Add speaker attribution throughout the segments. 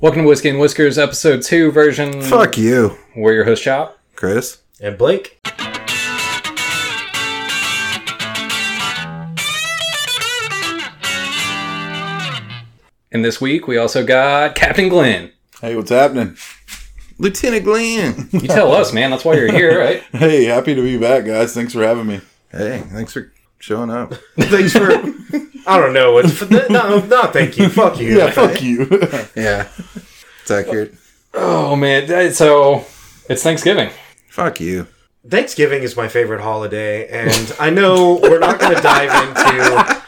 Speaker 1: Welcome to Whiskey and Whiskers, episode two version.
Speaker 2: Fuck you,
Speaker 1: We're your host, Chop.
Speaker 2: Curtis.
Speaker 3: And Blake,
Speaker 1: And this week we also got Captain Glenn.
Speaker 4: Hey, what's happening?
Speaker 2: Lieutenant Glenn.
Speaker 1: You tell us, man. That's why you're here, right?
Speaker 4: Hey, happy to be back, guys. Thanks for having me.
Speaker 2: hey, thanks for showing up. thanks for
Speaker 3: I don't know. What, no, no, thank you. Fuck you.
Speaker 4: Yeah, fuck you.
Speaker 2: yeah. It's accurate.
Speaker 1: Oh man, that- so it's Thanksgiving.
Speaker 2: Fuck you.
Speaker 3: Thanksgiving is my favorite holiday, and I know we're not going to dive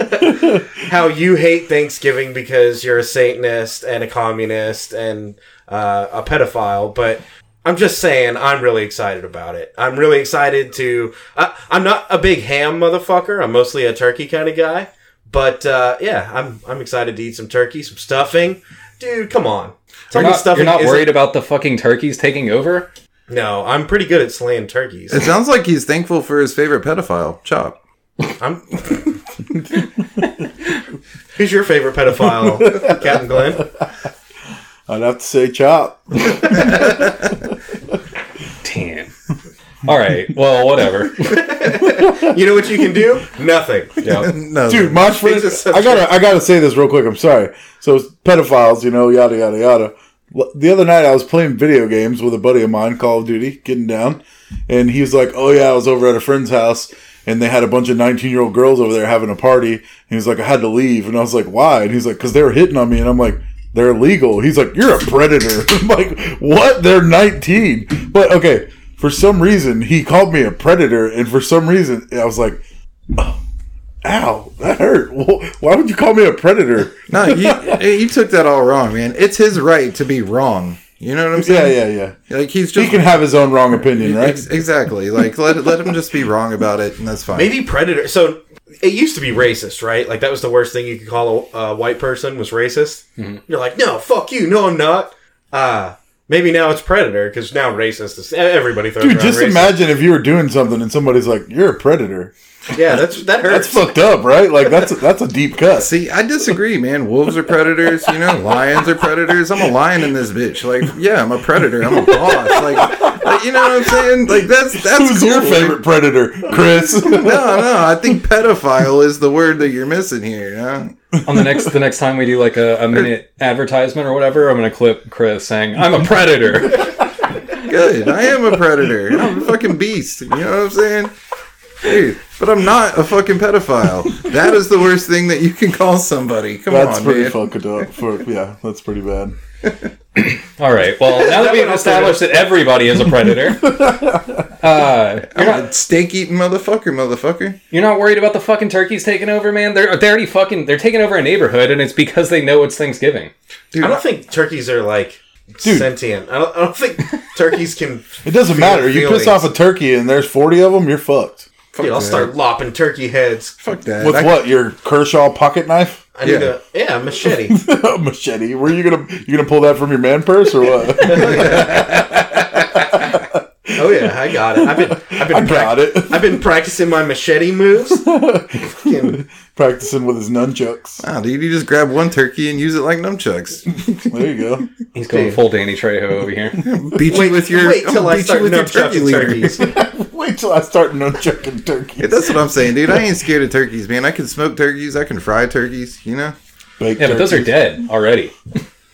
Speaker 3: into how you hate Thanksgiving because you're a Satanist and a communist and uh, a pedophile, but I'm just saying I'm really excited about it. I'm really excited to. I I'm not a big ham motherfucker. I'm mostly a turkey kind of guy, but uh, yeah, I'm I'm excited to eat some turkey, some stuffing. Dude, come on.
Speaker 1: You're
Speaker 3: Turkey
Speaker 1: not, you're not
Speaker 3: isn't-
Speaker 1: worried about the fucking turkeys taking over?
Speaker 3: No, I'm pretty good at slaying turkeys.
Speaker 2: It sounds like he's thankful for his favorite pedophile, Chop.
Speaker 3: I'm. Who's your favorite pedophile, Captain Glenn?
Speaker 4: I'd have to say chop.
Speaker 1: Damn. All right. Well, whatever.
Speaker 3: You know what you can do? Nothing.
Speaker 1: Yeah.
Speaker 2: no,
Speaker 4: Dude, my friend.
Speaker 3: just so
Speaker 4: I gotta, I gotta say this real quick. I'm sorry. So it's pedophiles, you know, yada yada yada. L- The other night, I was playing video games with a buddy of mine, Call of Duty, getting down, and he was like, "Oh yeah, I was over at a friend's house." And they had a bunch of 19 year old girls over there having a party. And he was like, I had to leave. And I was like, why? And he's like, because they were hitting on me. And I'm like, they're illegal. He's like, you're a predator. I'm like, what? They're 19. But okay, for some reason, he called me a predator. And for some reason, I was like, Ow, that hurt. Wh- Why would you call me a predator?
Speaker 2: no, you, you took that all wrong, man. It's his right to be wrong. You know what I'm
Speaker 4: Yeah,
Speaker 2: saying?
Speaker 4: yeah, yeah.
Speaker 2: Like he's just
Speaker 4: He can have his own wrong opinion, right?
Speaker 2: Ex- exactly. Like let let him just be wrong about it, and that's fine.
Speaker 3: Maybe predator. So it used to be racist, right? Like that was the worst thing you could call a, a white person was racist.
Speaker 4: Mm-hmm.
Speaker 3: You're like, no, fuck you. No, I'm not. Uh, maybe now it's predator because now racist is everybody throws
Speaker 4: Dude,
Speaker 3: around
Speaker 4: just
Speaker 3: racist.
Speaker 4: imagine if you were doing something and somebody's like, "You're a predator."
Speaker 3: Yeah, that's that hurts.
Speaker 4: That's fucked up, right? Like that's a, that's a deep cut.
Speaker 2: See, I disagree, man. Wolves are predators, you know. Lions are predators. I'm a lion in this bitch. Like, yeah, I'm a predator. I'm a boss. Like, like, you know what I'm saying? Like, that's that's
Speaker 4: Who's
Speaker 2: cool.
Speaker 4: your favorite predator, Chris?
Speaker 2: No, no. I think pedophile is the word that you're missing here. You know?
Speaker 1: On the next the next time we do like a, a minute advertisement or whatever, I'm gonna clip Chris saying, "I'm a predator."
Speaker 2: Good. I am a predator. I'm a fucking beast. You know what I'm saying? Dude, but I'm not a fucking pedophile. That is the worst thing that you can call somebody. Come
Speaker 4: that's
Speaker 2: on,
Speaker 4: pretty
Speaker 2: man.
Speaker 4: fucked up. For yeah, that's pretty bad.
Speaker 1: All right. Well, now that we've established that everybody is a predator, uh, you're not
Speaker 2: I'm a steak eating motherfucker, motherfucker.
Speaker 1: You're not worried about the fucking turkeys taking over, man. They're they already fucking they're taking over a neighborhood, and it's because they know it's Thanksgiving.
Speaker 2: Dude,
Speaker 3: I don't think turkeys are like sentient. I don't, I don't think turkeys can.
Speaker 4: It doesn't
Speaker 3: feel
Speaker 4: matter. You piss
Speaker 3: feelings.
Speaker 4: off a turkey and there's forty of them. You're fucked.
Speaker 2: fuck
Speaker 3: Dude, I'll
Speaker 2: that.
Speaker 3: start lopping turkey heads.
Speaker 2: Fuck that.
Speaker 4: With
Speaker 2: I-
Speaker 4: what? Your Kershaw pocket knife?
Speaker 3: I need
Speaker 2: Yeah.
Speaker 3: a yeah a machete.
Speaker 4: machete. Were you gonna you gonna pull that from your man purse or what?
Speaker 3: oh yeah, I got it. I've been I've been
Speaker 4: I got it.
Speaker 3: I've been practicing my machete moves. Fucking-
Speaker 4: Practicing with his nunchucks.
Speaker 2: Wow, Ah, dude, you just grab one turkey and use it like nunchucks.
Speaker 4: There you go.
Speaker 1: He's going
Speaker 3: Dude.
Speaker 1: full Danny Trejo over here.
Speaker 2: Beat you with your,
Speaker 3: wait
Speaker 2: I'm
Speaker 3: till
Speaker 2: gonna
Speaker 3: I
Speaker 2: beat
Speaker 3: start
Speaker 2: you with your
Speaker 3: nunchucking
Speaker 2: turkey leader.
Speaker 3: turkeys.
Speaker 4: Wait till I start nunchucking turkey.
Speaker 2: Yeah, That's what I'm saying, dude. I ain't scared of turkeys, man. I can smoke turkeys. I can fry turkeys. You know,
Speaker 4: Baked
Speaker 1: Yeah, but those are
Speaker 4: turkey.
Speaker 1: dead already.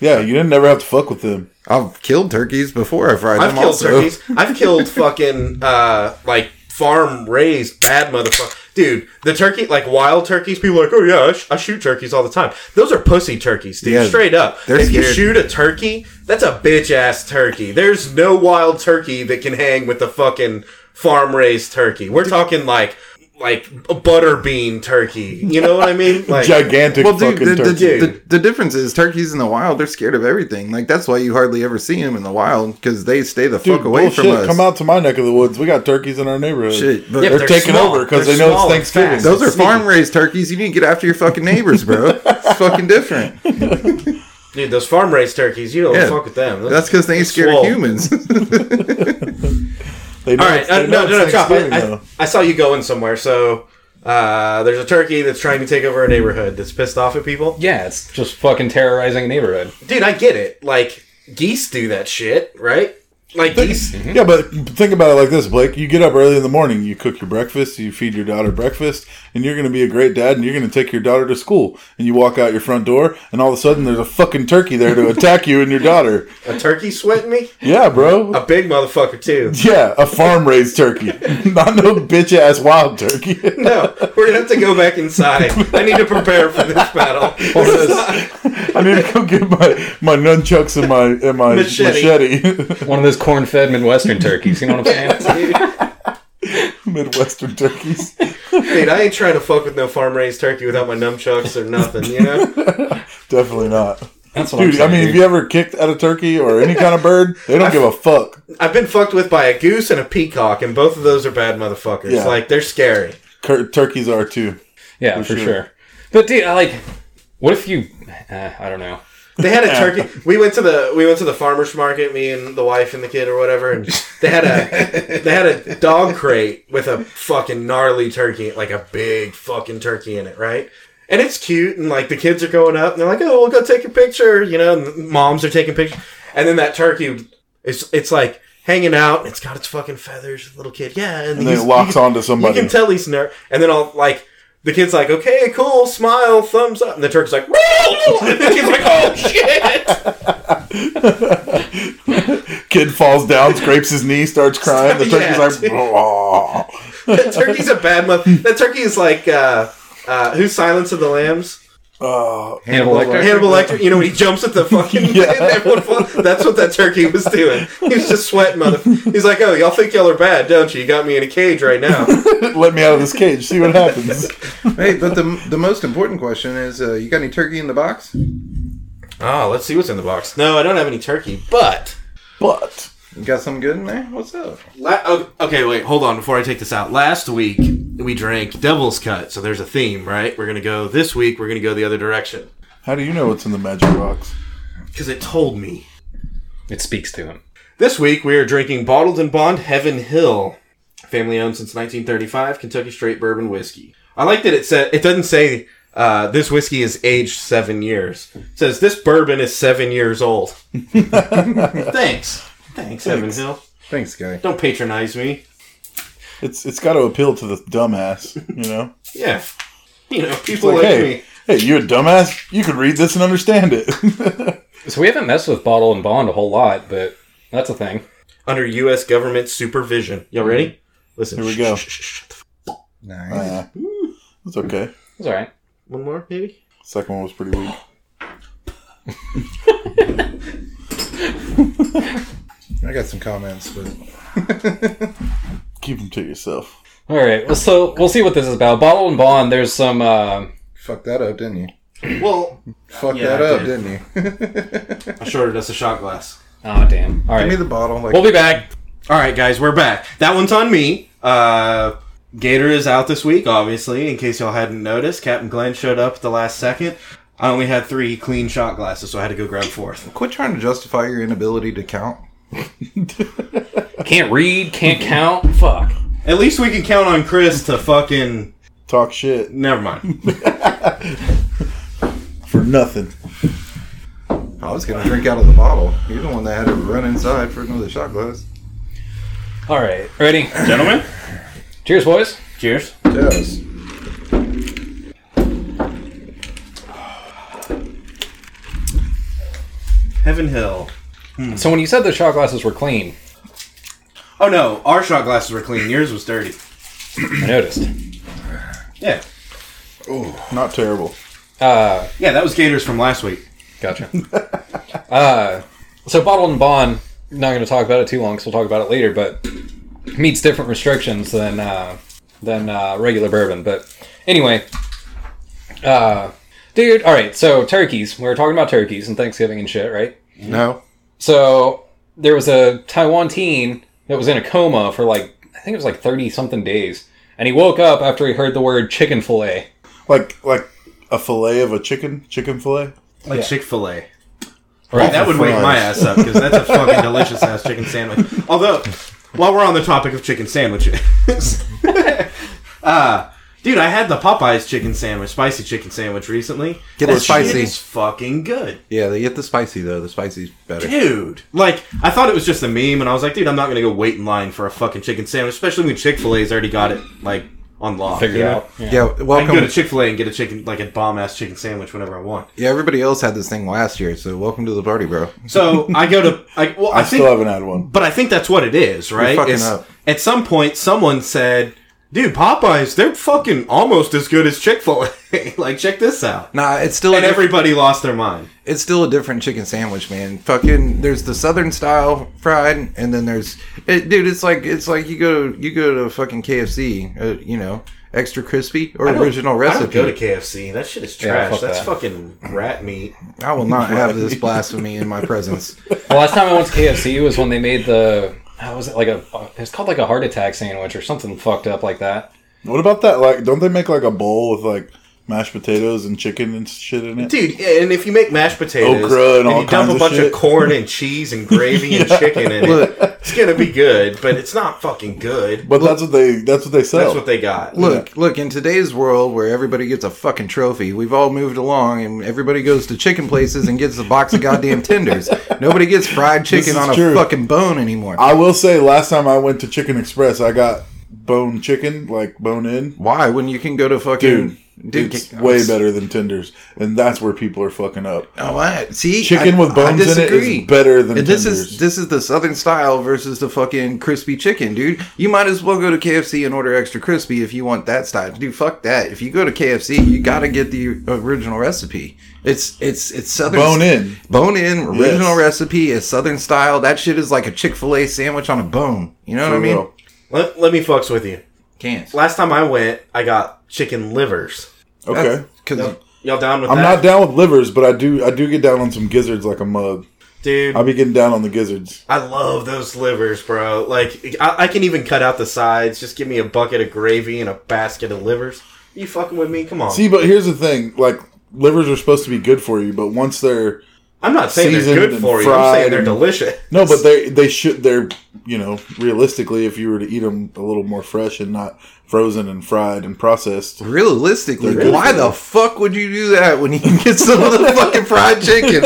Speaker 4: Yeah, you didn't never have to fuck with them.
Speaker 2: I've killed turkeys before I fried
Speaker 3: I've
Speaker 2: them.
Speaker 3: killed
Speaker 2: also,
Speaker 3: turkeys. I've killed fucking uh like farm raised bad motherfucker. Dude, the turkey like wild turkeys. People are like, oh yeah, I, sh- I shoot turkeys all the time. Those are pussy turkeys, dude.
Speaker 2: Yeah,
Speaker 3: Straight up.
Speaker 2: they're
Speaker 3: if you
Speaker 2: scared.
Speaker 3: shoot a turkey, that's a bitch ass turkey. There's no wild turkey that can hang with the fucking farm raised turkey. We're talking like like a butterbean turkey. You know what I mean? Like
Speaker 4: Gigantic
Speaker 2: Well, dude,
Speaker 4: fucking
Speaker 2: the, the,
Speaker 4: turkey.
Speaker 2: the, the difference is turkeys in the wild, they're scared of everything. Like that's why you hardly ever see them in the wild because they stay the
Speaker 4: Dude,
Speaker 2: fuck away
Speaker 4: bullshit.
Speaker 2: from us.
Speaker 4: Come out to my neck of the woods. We got turkeys in our neighborhood.
Speaker 2: Shit, but
Speaker 3: Yeah,
Speaker 4: They're,
Speaker 3: They're
Speaker 4: taking
Speaker 3: small.
Speaker 4: over because
Speaker 3: They're
Speaker 4: they know
Speaker 3: small
Speaker 4: it's
Speaker 3: and
Speaker 4: Thanksgiving.
Speaker 3: fast.
Speaker 2: those are farm raised turkeys. You need to get after your fucking neighbors, bro. it's fucking different.
Speaker 3: Dude, those farm raised turkeys, you don't
Speaker 2: Yeah.
Speaker 3: fuck with them. Those-
Speaker 2: That's because they ain't scared
Speaker 3: swole.
Speaker 2: of humans.
Speaker 4: They know
Speaker 3: All right,
Speaker 4: it's- they
Speaker 3: uh,
Speaker 4: know
Speaker 3: no, no, no,
Speaker 4: it's
Speaker 3: Chop. I,
Speaker 4: Thanksgiving,
Speaker 3: I,
Speaker 4: though.
Speaker 3: I saw you going somewhere, so Uh, there's a turkey that's trying to take over a neighborhood that's pissed off at people.
Speaker 1: Yeah, it's just fucking terrorizing a neighborhood.
Speaker 3: Dude, I get it. Like, geese do that shit, right? Like, geese.
Speaker 1: Mm-hmm.
Speaker 4: Yeah, but think about it like this, Blake. You get up early in the morning, you cook your breakfast, you feed your daughter breakfast, and you're going to be a great dad, and you're going to take your daughter to school. And you walk out your front door, and all of a sudden there's a fucking turkey there to attack you and your daughter.
Speaker 3: A turkey sweating me?
Speaker 4: Yeah, bro.
Speaker 3: A big motherfucker, too.
Speaker 4: Yeah, a farm raised turkey, not no bitch ass wild turkey.
Speaker 3: No, we're gonna have to go back inside. I need to prepare for this battle.
Speaker 4: I need to go get my, my nunchucks and my and my
Speaker 3: Machete.
Speaker 4: machete.
Speaker 1: One of those corn-fed Midwestern turkeys. You know what I'm saying?
Speaker 3: Dude,
Speaker 4: Midwestern turkeys.
Speaker 3: dude, I ain't trying to fuck with no farm raised turkey without my nunchucks or nothing, you know?
Speaker 4: Definitely not.
Speaker 1: That's what I'm
Speaker 4: Dude, I
Speaker 1: saying.
Speaker 4: mean, have you ever kicked at a turkey or any kind of bird? They don't give a fuck.
Speaker 3: I've been fucked with by a goose and a peacock, and both of those are bad motherfuckers.
Speaker 4: Yeah.
Speaker 3: Like, they're scary.
Speaker 4: Cur- turkeys are too.
Speaker 1: yeah,
Speaker 4: for
Speaker 1: for
Speaker 4: sure.
Speaker 1: sure. But dude, I like, what if you? Uh, I don't know.
Speaker 3: They had a turkey. We went to the we went to the farmers market. Me and the wife and the kid or whatever. And they had a they had a dog crate with a fucking gnarly turkey, like a big fucking turkey in it, right? And it's cute, and like the kids are going up, and they're like, "Oh, we'll go take a picture," you know. And moms are taking pictures, and then that turkey, it's it's like hanging out, and it's got its fucking feathers. Little kid, yeah,
Speaker 4: And then
Speaker 3: he's-
Speaker 4: it locks
Speaker 3: you-
Speaker 4: onto somebody.
Speaker 3: you can tell he's ner And then I'll like the kid's like, okay, cool, smile, thumbs up. And the turkey's like, "Woo!" and the kid's like, oh shit.
Speaker 4: Kid falls down, scrapes his knee, starts crying. The turkey's
Speaker 3: Yeah,
Speaker 4: like,
Speaker 3: dude.
Speaker 4: "Blah."
Speaker 3: That turkey's a bad mother. That turkey is like, uh, uh, who's Silence of the Lambs?
Speaker 4: Uh,
Speaker 1: Hannibal Lecter.
Speaker 3: Hannibal Lecter. You know when he jumps at the fucking.
Speaker 4: Yeah.
Speaker 3: and everyone falls- that's what that turkey was doing. He was just sweating, mother. He's like, oh, y'all think y'all are bad, don't you? You got me in a cage right now.
Speaker 4: let me out of this cage. See what happens.
Speaker 2: hey, but the the most important question is, uh, you got any turkey in the box? You
Speaker 3: oh, let's see what's in the box. No, I don't have any turkey, but.
Speaker 4: But
Speaker 2: got something good in there? What's up?
Speaker 3: La- oh, okay, wait, hold on. Before I take this out, last week we drank Devil's Cut, so there's a theme, right? We're gonna go this week. We're gonna go the other direction
Speaker 4: how do you know what's in the magic box?
Speaker 3: because it told me.
Speaker 1: It speaks to him.
Speaker 3: This week we are drinking Bottled and Bond Heaven Hill, family owned since 1935, Kentucky straight bourbon whiskey. I like that it said it doesn't say uh, this whiskey is aged seven years. It says this bourbon is seven years old. Thanks, thanks, Heaven Hill.
Speaker 2: Thanks, guy.
Speaker 3: Don't patronize me.
Speaker 4: It's it's got to appeal to the dumbass, you know.
Speaker 3: Yeah, you know people
Speaker 4: Like,
Speaker 3: like
Speaker 4: hey,
Speaker 3: me.
Speaker 4: hey, you a dumbass? You could read this and understand it.
Speaker 1: So we haven't messed with Bottle and Bond a whole lot, but that's a thing.
Speaker 3: under U.S. government supervision. Y'all ready? Listen.
Speaker 4: Mm-hmm. Here we go.
Speaker 3: Shh, shh, shh, shh.
Speaker 2: Nice.
Speaker 4: uh, it's okay.
Speaker 1: It's all right.
Speaker 3: One more, maybe.
Speaker 4: Second one was pretty weak.
Speaker 2: I got some comments, but
Speaker 4: Keep them to yourself.
Speaker 1: All right. Well, so we'll see what this is about. Bottle and Bond. There's some. Uh,
Speaker 2: fucked that up, didn't you?
Speaker 3: Well,
Speaker 2: Fucked
Speaker 3: Yeah,
Speaker 2: that
Speaker 3: I
Speaker 2: up,
Speaker 3: did.
Speaker 2: did. not you?
Speaker 3: I shorted us a shot glass.
Speaker 1: oh damn. All
Speaker 2: Give me
Speaker 1: right.
Speaker 2: the bottle. Like,
Speaker 1: We'll be back.
Speaker 3: All right, guys, we're back. That one's on me. Uh, Gator is out this week, obviously. In case y'all hadn't noticed, Captain Glenn showed up at the last second. I only had three clean shot glasses, so I had to go grab fourth.
Speaker 2: quit trying to justify your inability to count.
Speaker 1: Can't read. Can't count. Fuck.
Speaker 3: At least we can count on Chris to fucking.
Speaker 4: Talk shit
Speaker 3: Never mind.
Speaker 4: for nothing.
Speaker 2: I was gonna drink out of the bottle. You're the one that had to run inside for another shot glass.
Speaker 1: All right. Ready.
Speaker 5: Gentlemen,
Speaker 1: Cheers, boys.
Speaker 5: cheers.
Speaker 2: Yes.
Speaker 3: Heaven Hill.
Speaker 1: So when you said the shot glasses were clean,
Speaker 3: Oh no, our shot glasses were clean. Yours was dirty.
Speaker 1: I noticed.
Speaker 3: Yeah.
Speaker 4: Not terrible.
Speaker 1: Uh,
Speaker 3: Yeah, that was Gators from last week.
Speaker 1: gotcha. uh, so Bottled and Bond. Not going to talk about it too long, because we'll talk about it later. But meets different restrictions than uh, than uh, regular bourbon. But anyway, uh, dude. All right. So turkeys. We were talking about turkeys and Thanksgiving and shit, right?
Speaker 2: No.
Speaker 1: So there was a Taiwan teen that was in a coma for like I think it was like thirty something days, and he woke up after he heard the word chicken fillet.
Speaker 4: Like like a fillet of a chicken, chicken fillet.
Speaker 3: Like
Speaker 1: Yeah.
Speaker 3: Chick Fil A.
Speaker 1: Right.
Speaker 3: That would wake my ass up because that's a fucking delicious ass chicken sandwich. Although, while we're on the topic of chicken sandwiches, uh,
Speaker 6: Dude, I had the Popeyes chicken sandwich, spicy chicken sandwich recently.
Speaker 2: Get
Speaker 6: That
Speaker 2: it spicy.
Speaker 6: shit is fucking good,
Speaker 2: Yeah, they get the spicy though. The spicy's better.
Speaker 6: dude. Like I thought it was just a meme, and I was like, dude, I'm not gonna go wait in line for a fucking chicken sandwich, especially when Chick Fil A's already got it like on lock.
Speaker 1: Figured
Speaker 6: you know?
Speaker 1: out. Yeah.
Speaker 2: Yeah,
Speaker 6: I can go to
Speaker 2: welcome.
Speaker 6: Chick Fil A and get a chicken, like a bomb ass chicken sandwich whenever I want.
Speaker 2: Yeah, everybody else had this thing last year, so welcome to the party, bro.
Speaker 6: So I go to, I, well, I,
Speaker 4: I,
Speaker 6: think
Speaker 4: still haven't had one.
Speaker 6: But I think that's what it is, right?
Speaker 2: fucking
Speaker 6: It's-
Speaker 2: up.
Speaker 6: At some point, someone said, "Dude, Popeyes, they're fucking almost as good as Chick Fil A. like, check this out."
Speaker 2: Nah, it's still a
Speaker 6: And
Speaker 2: different-
Speaker 6: everybody lost their mind.
Speaker 2: it's still a different chicken sandwich, man. Fucking, there's the southern style fried, and then there's, it, dude. It's like it's like you go you go to fucking KFC, uh, you know, extra crispy or original
Speaker 3: I don't
Speaker 2: recipe.
Speaker 3: go
Speaker 2: I,
Speaker 3: to KFC. That shit is
Speaker 1: Yeah,
Speaker 3: trash.
Speaker 1: fuck
Speaker 3: That's
Speaker 1: that.
Speaker 3: fucking rat meat.
Speaker 2: will not have this blasphemy in my presence.
Speaker 1: The last time I went to KFC was when they made the how was it like a it's called like a heart attack sandwich or something fucked up like that.
Speaker 4: What about that? Like, don't they make like a bowl with like mashed potatoes and chicken and shit in it?
Speaker 3: Dude, yeah, and if you make mashed potatoes
Speaker 4: Okra and all
Speaker 3: you dump
Speaker 4: kinds
Speaker 3: a
Speaker 4: of
Speaker 3: bunch
Speaker 4: shit.
Speaker 3: of corn and cheese and gravy and chicken in it, it's gonna be good, but it's not fucking good.
Speaker 4: But that's what they that's what they sell.
Speaker 3: That's what they got.
Speaker 2: Look, look. In today's world, where everybody gets a fucking trophy, we've all moved along, and everybody goes to chicken places and gets a box of goddamn tenders. Nobody gets fried chicken
Speaker 4: is
Speaker 2: on a
Speaker 4: true.
Speaker 2: fucking bone anymore.
Speaker 4: I will say, last time I went to Chicken Express, I got bone chicken, like bone in.
Speaker 2: Why? When you can go to fucking
Speaker 4: Dude, it's way better than tenders, and that's where people are fucking up.
Speaker 2: Oh, what? See,
Speaker 4: Chicken with bones in it is
Speaker 2: disagree.
Speaker 4: better than
Speaker 2: And this is
Speaker 4: tenders.
Speaker 2: this is the southern style versus the fucking crispy chicken, dude. You might as well go to KFC and order extra crispy if you want that style, dude. Fuck that. If you go to KFC, you gotta get the original recipe. It's it's it's southern
Speaker 4: Bone in.
Speaker 2: bone in original
Speaker 4: Yes.
Speaker 2: recipe is southern style. That shit is like a Chick fil A sandwich on a bone. You know what
Speaker 4: For
Speaker 2: I mean?
Speaker 4: real.
Speaker 3: Let, let me fucks with you.
Speaker 2: Can't.
Speaker 3: Last time I went, I got chicken livers.
Speaker 4: Okay,
Speaker 2: Because
Speaker 3: Y'all down with
Speaker 4: Mm. I'm
Speaker 3: that?
Speaker 4: not down with livers, but I do I do get down on some gizzards like a mug.
Speaker 3: Dude,
Speaker 4: I be getting down on the gizzards.
Speaker 3: I love those livers, bro. Like, I, I can even cut out the sides. Just give me a bucket of gravy and a basket of livers. You fucking with me? Come on.
Speaker 4: See, but here's the thing: like livers are supposed to be good for you, but once they're
Speaker 3: I'm not saying they're
Speaker 4: seasoned
Speaker 3: good
Speaker 4: and
Speaker 3: for you. I'm saying
Speaker 4: fried
Speaker 3: they're
Speaker 4: and-
Speaker 3: delicious.
Speaker 4: no, but they they should they're you know realistically, if you were to eat them a little more fresh and not frozen and fried and processed,
Speaker 2: Realistically,
Speaker 4: They're good
Speaker 2: why
Speaker 4: for
Speaker 2: the
Speaker 4: you.
Speaker 2: fuck would you do that when you can get some of the fucking fried chicken,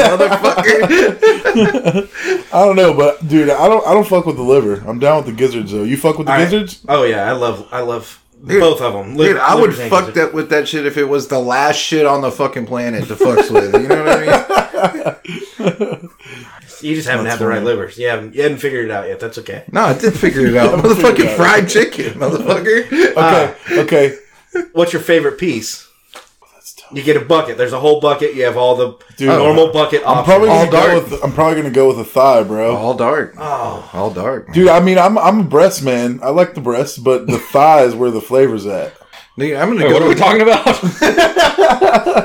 Speaker 2: motherfucker?
Speaker 4: I don't know, but dude, I don't I don't fuck with the liver. I'm down with the gizzards though. You fuck with the
Speaker 3: Alright.
Speaker 4: gizzards?
Speaker 3: Oh yeah, I love, I love
Speaker 2: Dude,
Speaker 3: both of them.
Speaker 2: Dude, I would fuck that with that shit if it was the last shit on the fucking planet to fucks with. You know what I mean?
Speaker 3: You just haven't had the right livers. You haven't, you haven't figured it out yet. That's okay.
Speaker 2: No, I did figure it out.
Speaker 4: figured it
Speaker 2: motherfucking
Speaker 4: out.
Speaker 2: fried chicken, motherfucker.
Speaker 4: Okay, okay.
Speaker 3: What's your favorite piece? You get a bucket. There's a whole bucket. You have all the
Speaker 4: Dude,
Speaker 3: normal bucket
Speaker 4: I'm
Speaker 3: options.
Speaker 4: probably
Speaker 2: All
Speaker 4: gonna go
Speaker 2: dark.
Speaker 4: with I'm probably gonna go with a thigh, bro.
Speaker 2: All dark.
Speaker 3: oh,
Speaker 2: All dark. man.
Speaker 4: Dude, I mean, I'm I'm a breast man. I like the breasts, but the thigh is where the flavor's at.
Speaker 2: Dude, I'm gonna
Speaker 1: Wait,
Speaker 2: go.
Speaker 1: what are we
Speaker 2: with-
Speaker 1: talking about?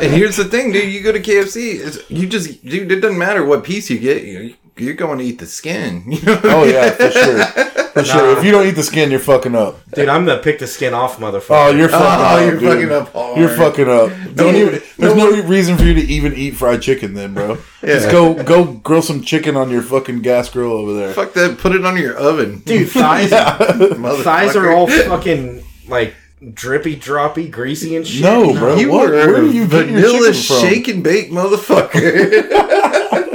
Speaker 2: And here's the thing, dude. You go to KFC, it's, you just, dude. It doesn't matter what piece you get. You, you're going to eat the skin. You know? what I
Speaker 4: Oh
Speaker 2: mean?
Speaker 4: yeah, for sure, for sure. If you don't eat the skin, you're fucking up.
Speaker 3: dude, I'm gonna pick the skin off, motherfucker.
Speaker 4: Oh, you're fucking
Speaker 2: Oh,
Speaker 4: up.
Speaker 2: you're
Speaker 4: dude.
Speaker 2: fucking up hard.
Speaker 4: You're fucking up. Don't even. There's no reason for you to even eat fried chicken, then, bro. Just go go grill some chicken on your fucking gas grill over there.
Speaker 2: Fuck that. Put it on your oven,
Speaker 3: Dude, thighs,
Speaker 2: Motherfucker.
Speaker 3: thighs are all fucking like drippy, droppy, greasy and shit.
Speaker 4: No, bro.
Speaker 2: You
Speaker 4: what?
Speaker 2: are
Speaker 4: Where
Speaker 2: a
Speaker 4: are you getting your
Speaker 2: vanilla
Speaker 4: chicken from?
Speaker 2: shake and bake motherfucker.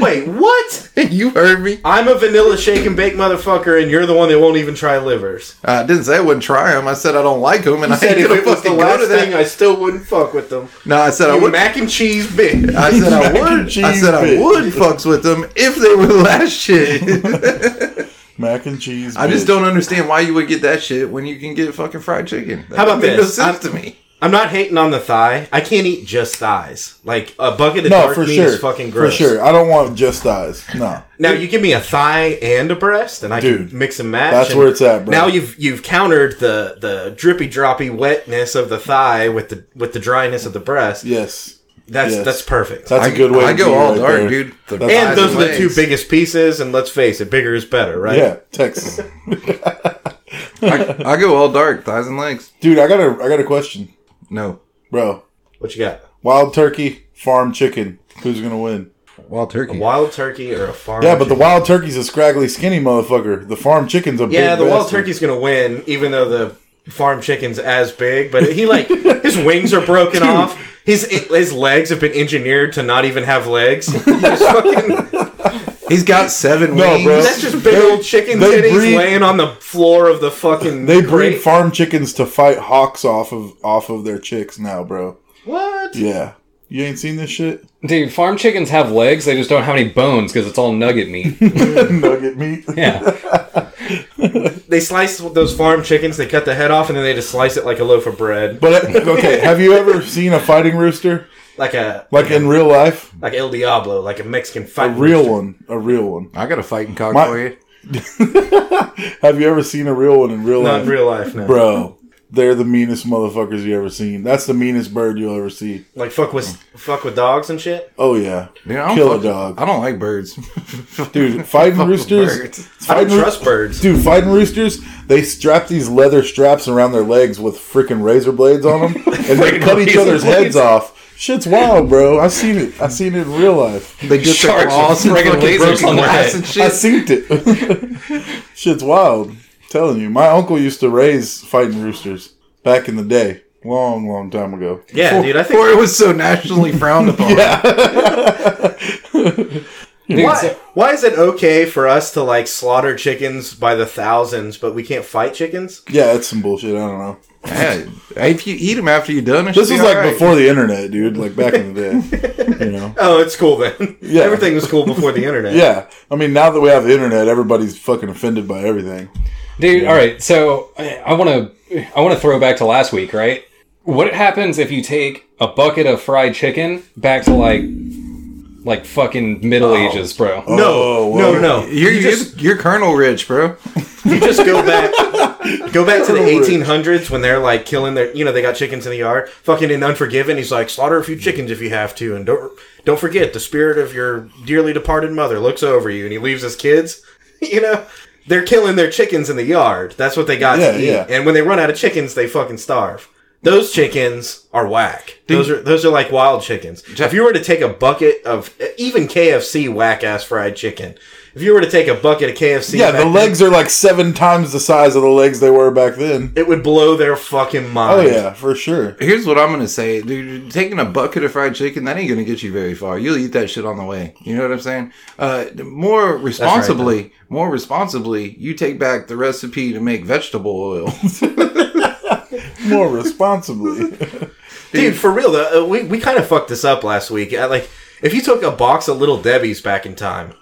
Speaker 3: Wait, what?
Speaker 2: you heard me.
Speaker 3: I'm a vanilla shake and bake motherfucker, and you're the one that won't even try livers.
Speaker 2: I didn't say I wouldn't try them. I said I don't like them, and
Speaker 3: I
Speaker 2: I
Speaker 3: said
Speaker 2: ain't
Speaker 3: if
Speaker 2: gonna
Speaker 3: it was the
Speaker 2: fucking go
Speaker 3: last
Speaker 2: to
Speaker 3: thing,
Speaker 2: that.
Speaker 3: I still wouldn't fuck with them.
Speaker 2: No, I said I
Speaker 3: You
Speaker 2: would.
Speaker 3: mac and cheese bitch.
Speaker 2: I said I
Speaker 4: Mac and
Speaker 2: would. I
Speaker 4: cheese
Speaker 2: said
Speaker 4: bitch.
Speaker 2: I would fucks with them if they were the last shit.
Speaker 4: Mac and cheese.
Speaker 2: I just
Speaker 4: bitch.
Speaker 2: don't understand why you would get that shit when you can get fucking fried chicken. That
Speaker 3: How about
Speaker 2: made
Speaker 3: this?
Speaker 2: No sense to
Speaker 3: I'm-
Speaker 2: me.
Speaker 3: I'm not hating on the thigh. I can't eat just thighs. Like a bucket of
Speaker 4: No,
Speaker 3: dark
Speaker 4: for
Speaker 3: meat
Speaker 4: sure.
Speaker 3: is fucking gross.
Speaker 4: For sure. I don't want just thighs. No.
Speaker 3: Now you give me a thigh and a breast, and I
Speaker 4: Dude,
Speaker 3: can mix and match.
Speaker 4: that's
Speaker 3: and
Speaker 4: where it's at, bro.
Speaker 3: Now you've you've countered the the drippy droppy wetness of the thigh with the with the dryness of the breast.
Speaker 4: Yes.
Speaker 3: That's
Speaker 4: Yes.
Speaker 3: that's perfect.
Speaker 4: That's a good way.
Speaker 2: I
Speaker 4: to
Speaker 2: go
Speaker 4: be
Speaker 2: all
Speaker 4: right
Speaker 2: dark,
Speaker 4: there.
Speaker 2: dude. The
Speaker 4: That's-
Speaker 3: and
Speaker 2: thighs
Speaker 3: those are the
Speaker 2: legs.
Speaker 3: two biggest pieces, and let's face it, bigger is better, right?
Speaker 4: Yeah, Texas.
Speaker 2: I go all dark, thighs and legs.
Speaker 4: Dude, I got a I got a question,
Speaker 2: No,
Speaker 4: bro.
Speaker 3: What you got?
Speaker 4: Wild turkey, farm chicken. Who's gonna win?
Speaker 2: wild turkey.
Speaker 3: Wild turkey or a farm?
Speaker 4: Yeah, but the
Speaker 3: chicken?
Speaker 4: wild turkey's a scraggly, skinny motherfucker. The farm chicken's a big
Speaker 3: yeah the wild
Speaker 4: bastard.
Speaker 3: turkey's gonna win, even though the farm chickens as big, but he like his wings are broken off. His his legs have been engineered to not even have legs. He's fucking,
Speaker 2: He's got seven
Speaker 4: No,
Speaker 2: wings.
Speaker 4: bro.
Speaker 3: that's just big
Speaker 4: They-
Speaker 3: old chicken
Speaker 4: they
Speaker 3: titties
Speaker 4: breed-
Speaker 3: laying on the floor of the fucking.
Speaker 4: They breed
Speaker 3: crate.
Speaker 4: farm chickens to fight hawks off of off of their chicks now, bro.
Speaker 3: What?
Speaker 4: Yeah. You ain't seen this shit?
Speaker 1: Dude, farm chickens have legs. They just don't have any bones because it's all nugget meat.
Speaker 4: Nugget meat.
Speaker 1: Yeah,
Speaker 3: They slice those farm chickens. They cut the head off and then they just slice it like a loaf of bread,
Speaker 4: But uh, okay, have you ever seen a fighting rooster
Speaker 3: like a
Speaker 4: like in real life?
Speaker 3: like El Diablo, like a Mexican
Speaker 4: A
Speaker 3: fight.
Speaker 4: real one, a real one.
Speaker 2: I got a fighting cock
Speaker 4: My-
Speaker 2: for you.
Speaker 4: Have you ever seen a real one in real
Speaker 3: not
Speaker 4: life?
Speaker 3: in real life, no.
Speaker 4: Bro, they're the meanest motherfuckers you ever seen. That's the meanest bird you'll ever see.
Speaker 3: Like fuck with fuck with dogs and shit.
Speaker 4: Oh yeah,
Speaker 2: Dude, I don't
Speaker 4: kill a
Speaker 2: fuck-
Speaker 4: dog,
Speaker 2: I don't like birds.
Speaker 4: dude. Fighting
Speaker 2: Fuck with
Speaker 4: roosters.
Speaker 2: birds.
Speaker 3: I don't
Speaker 4: fighting roo-
Speaker 3: trust birds.
Speaker 4: Dude, fighting roosters, they strap these leather straps around their legs with freaking razor blades on them, and they cut each
Speaker 3: razor
Speaker 4: other's
Speaker 3: blades.
Speaker 4: heads off. Shit's wild, bro. I seen it. I seen it in real life.
Speaker 2: They get their
Speaker 1: Sharks
Speaker 2: claws and
Speaker 1: friggin'
Speaker 2: fucking
Speaker 1: lasers
Speaker 2: broken
Speaker 1: on their
Speaker 2: glass
Speaker 1: head.
Speaker 2: and
Speaker 4: I
Speaker 2: shit.
Speaker 4: seen it. Shit's wild. telling you, my uncle used to raise fighting roosters back in the day, long, long time ago.
Speaker 3: Yeah, dude. I think
Speaker 2: Or it was so nationally frowned upon.
Speaker 1: Dude,
Speaker 3: Why,
Speaker 1: so-
Speaker 3: why is it okay for us to like slaughter chickens by the thousands, but we can't fight chickens?
Speaker 4: Yeah, that's some bullshit. I don't know.
Speaker 2: Yeah, if you eat them after you're done, it
Speaker 4: This
Speaker 2: should
Speaker 4: was
Speaker 2: be
Speaker 4: like
Speaker 2: all right.
Speaker 4: before the internet, dude. Like back in the day, you know.
Speaker 3: Oh, it's cool then.
Speaker 4: Yeah.
Speaker 3: Everything was cool before the internet.
Speaker 4: Yeah, I mean, now that we have the internet, everybody's fucking offended by everything.
Speaker 1: dude. All right, so I want to I want to throw back to last week, right? What happens if you take a bucket of fried chicken back to like like fucking Middle Ages, bro?
Speaker 3: No,
Speaker 4: Oh, whoa.
Speaker 3: no, no.
Speaker 2: You're,
Speaker 3: you
Speaker 2: you're,
Speaker 3: just
Speaker 2: you're Colonel Rich, bro.
Speaker 3: you just go back, go back to the
Speaker 4: Correct.
Speaker 3: 1800s when they're like killing their, you know, they got chickens in the yard. Fucking in Unforgiven, he's like slaughter a few chickens if you have to, and don't don't forget the spirit of your dearly departed mother looks over you, and he leaves his kids. You know, they're killing their chickens in the yard. That's what they got
Speaker 4: Yeah,
Speaker 3: to eat,
Speaker 4: yeah.
Speaker 3: and when they run out of chickens, they fucking starve. Those chickens are whack. Those are those are like wild chickens. If you were to take a bucket of even KFC whack ass fried chicken, if you were to take a bucket of KFC,
Speaker 4: Yeah,
Speaker 3: back
Speaker 4: the
Speaker 3: then-
Speaker 4: legs are like seven times the size of the legs they were back then.
Speaker 3: it would blow their fucking mind.
Speaker 4: Oh yeah, for sure.
Speaker 2: Here's what I'm gonna say, dude. Taking a bucket of fried chicken that ain't gonna get you very far. You'll eat that shit on the way. You know what I'm saying? Uh, more responsibly, more responsibly, you take back the recipe to make vegetable oil.
Speaker 4: More responsibly.
Speaker 3: Dude, for real though, uh, we, we kind of fucked this up last week. I, like, if you took a box of Little Debbie's back in time,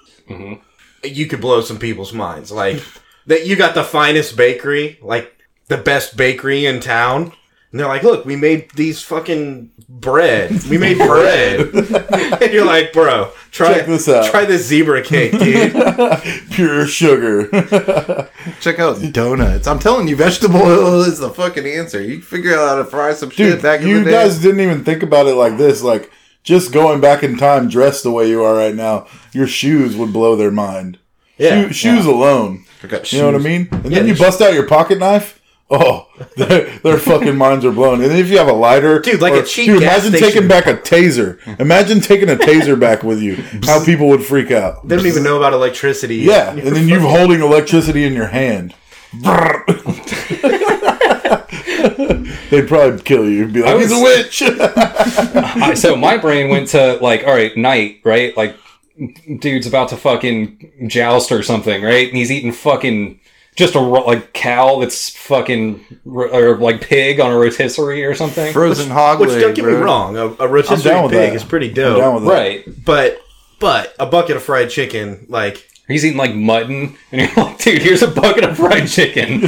Speaker 3: you could blow some people's minds. Like, that you got the finest bakery, like the best bakery in town. And they're like, look, we made these fucking bread. We made bread. and you're like, bro, try
Speaker 4: Check this out."
Speaker 3: Try this zebra cake, dude.
Speaker 4: Pure sugar.
Speaker 2: Check out donuts. I'm telling you, vegetable oil is the fucking answer. You can figure out how to fry some shit
Speaker 4: Dude,
Speaker 2: back in
Speaker 4: you
Speaker 2: the day.
Speaker 4: guys didn't even think about it like this. Like, just going back in time dressed the way you are right now, your shoes would blow their mind.
Speaker 3: Yeah,
Speaker 4: Shoe- shoes alone.
Speaker 2: I got
Speaker 4: You know what I
Speaker 2: shoes.
Speaker 4: mean? And then you bust out your pocket knife. Oh, their, their fucking minds are blown. And then if you have a lighter,
Speaker 3: Dude, like a cheap
Speaker 4: Dude,
Speaker 3: gas
Speaker 4: imagine
Speaker 3: station.
Speaker 4: taking back a taser. Imagine taking a taser back with you. How people would freak out.
Speaker 3: They don't even know about electricity.
Speaker 4: Yeah, and then you holding electricity in your hand. They'd probably kill you. and Be like,
Speaker 1: I
Speaker 4: he's a witch.
Speaker 1: I- so my brain went to like, all right, night, right? Like, dude's about to fucking joust or something, right? And he's eating fucking just a ro- like cow that's fucking ro- or like pig on a rotisserie or something,
Speaker 2: Frozen hog
Speaker 3: Which
Speaker 2: leg,
Speaker 3: don't get me
Speaker 2: bro.
Speaker 3: wrong, a, a
Speaker 4: I'm down
Speaker 3: rotisserie
Speaker 4: with
Speaker 3: pig
Speaker 4: that.
Speaker 3: is pretty
Speaker 4: I'm
Speaker 3: dope.
Speaker 4: down with that.
Speaker 1: right?
Speaker 3: But but a bucket of fried chicken, like
Speaker 1: He's eating like mutton, and you're like, dude, here's a bucket of fried chicken.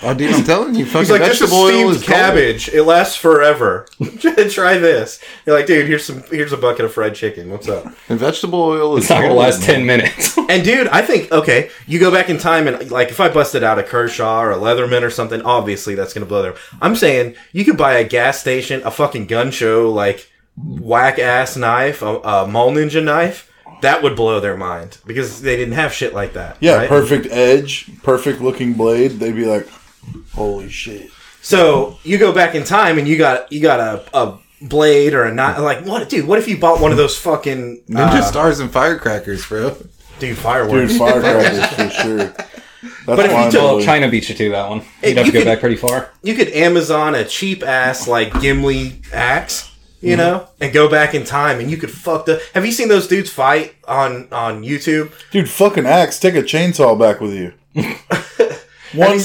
Speaker 2: Oh, dude, I'm telling you, fucking
Speaker 3: it's like this is
Speaker 2: vegetable oil
Speaker 3: steamed
Speaker 2: is
Speaker 3: cabbage. It lasts forever. Try this. You're like, dude, here's some here's a bucket of fried chicken. What's up?
Speaker 2: gold. And vegetable oil is
Speaker 1: It's not gonna
Speaker 2: gold,
Speaker 1: last
Speaker 2: man.
Speaker 1: ten minutes.
Speaker 3: And dude, I think okay, you go back in time and like if I busted out a Kershaw or a Leatherman or something, obviously that's gonna blow their. I'm saying you could buy a gas station, a fucking gun show, like whack ass knife, a, a mall ninja knife. That would blow their mind because they didn't have shit like that.
Speaker 4: Yeah,
Speaker 3: right?
Speaker 4: perfect edge, perfect looking blade. They'd be like, holy shit.
Speaker 3: So you go back in time and you got you got a, a blade or a knife. Like what, dude? What if you bought one of those fucking
Speaker 2: Ninja
Speaker 3: uh,
Speaker 2: stars and firecrackers, bro.
Speaker 3: dude fireworks?
Speaker 4: Dude, firecrackers for sure. That's
Speaker 1: But if
Speaker 4: why
Speaker 1: you
Speaker 4: I'm
Speaker 1: took
Speaker 4: ugly.
Speaker 1: China beat you to that one, you'd have to
Speaker 3: you
Speaker 1: go
Speaker 3: could-
Speaker 1: back pretty far.
Speaker 3: You could Amazon a cheap ass like Gimli axe, you know, and go back in time, and you could fuck the. Have you seen those dudes fight on on YouTube?
Speaker 4: Dude, fucking axe, take a chainsaw back with you. one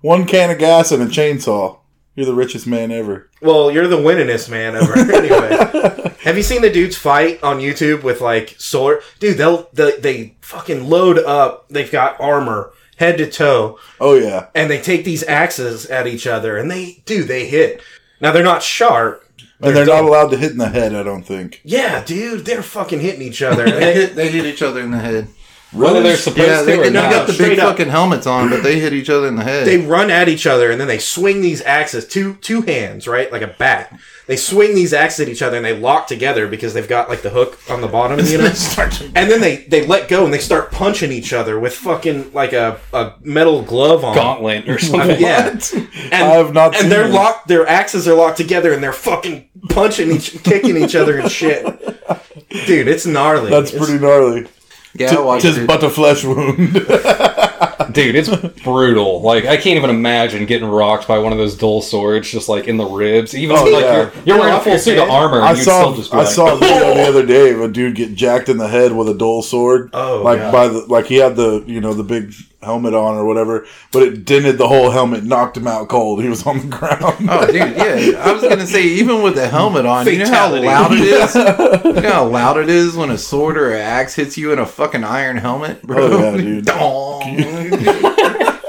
Speaker 4: one can of gas and a chainsaw. You're the richest man ever.
Speaker 3: Well, you're the winningest man ever. anyway, have you seen the dudes fight on YouTube with like sword? Dude, they'll they, they fucking load up. They've got armor head to toe,
Speaker 4: Oh yeah.
Speaker 3: and they take these axes at each other, and they do they hit. Now they're not sharp.
Speaker 4: And they're not allowed to hit in the head, I don't think.
Speaker 3: Yeah, dude, they're fucking hitting each other.
Speaker 2: They hit, they hit each other in the head.
Speaker 1: Whether they're supposed
Speaker 2: Yeah, they,
Speaker 1: to or
Speaker 2: they
Speaker 1: not.
Speaker 2: got the big
Speaker 3: Straight up.
Speaker 2: fucking helmets on, but they hit each other in the head.
Speaker 3: they run at each other and then they swing these axes two two hands right like a bat they swing these axes at each other and they lock together because they've got like the hook on the bottom you know and then they they let go and they start punching each other with fucking like a, a metal glove on
Speaker 1: Gauntlet or something.
Speaker 3: yeah and,
Speaker 4: I have not
Speaker 3: and
Speaker 4: seen
Speaker 3: they're
Speaker 4: this.
Speaker 3: locked their axes are locked together and they're fucking punching each kicking each other and shit dude it's gnarly
Speaker 4: That's
Speaker 3: It's-
Speaker 4: pretty gnarly.
Speaker 2: yeah, I watched
Speaker 4: Tis
Speaker 2: it.
Speaker 4: but a flesh wound.
Speaker 1: Dude, it's brutal. Like I can't even imagine getting rocked by one of those dull swords just like in the ribs. Even though, like
Speaker 4: yeah.
Speaker 1: you're, you're wearing a full suit of armor,
Speaker 4: I
Speaker 1: and you'd
Speaker 4: saw
Speaker 1: still just be
Speaker 4: I
Speaker 1: like,
Speaker 4: saw a video the other day of a dude get jacked in the head with a dull sword.
Speaker 3: Oh,
Speaker 4: like
Speaker 3: God.
Speaker 4: by the like he had the you know the big helmet on or whatever, but it dented the whole helmet, knocked him out cold. He was on the ground.
Speaker 2: Oh, dude, yeah. I was gonna say, even with the helmet on,
Speaker 3: Fatality.
Speaker 2: you know how loud it is. you know how loud it is when a sword or an axe hits you in a fucking iron helmet, bro.
Speaker 4: Oh, yeah, dude.
Speaker 2: Dong.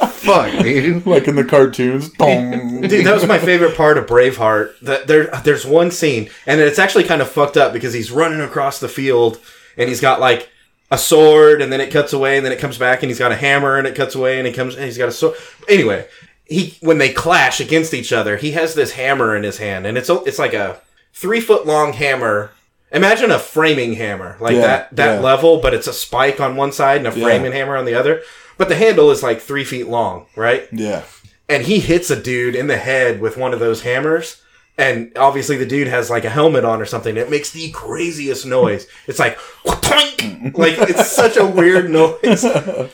Speaker 2: Fuck, dude.
Speaker 4: like in the cartoons. Dong.
Speaker 3: Dude, that was my favorite part of Braveheart. That there, there's one scene, and it's actually kind of fucked up because he's running across the field, and he's got like a sword, and then it cuts away, and then it comes back, and he's got a hammer, and it cuts away, and it comes, and he's got a sword. Anyway, he when they clash against each other, he has this hammer in his hand, and it's it's like a three foot long hammer. Imagine a framing hammer like
Speaker 4: Yeah,
Speaker 3: that that
Speaker 4: yeah.
Speaker 3: level, but it's a spike on one side and a framing hammer on the other. But the handle is like three feet long, right?
Speaker 4: Yeah.
Speaker 3: and he hits a dude in the head with one of those hammers and obviously the dude has like a helmet on or something it makes the craziest noise it's like "Wha-toink!" like it's such a weird noise and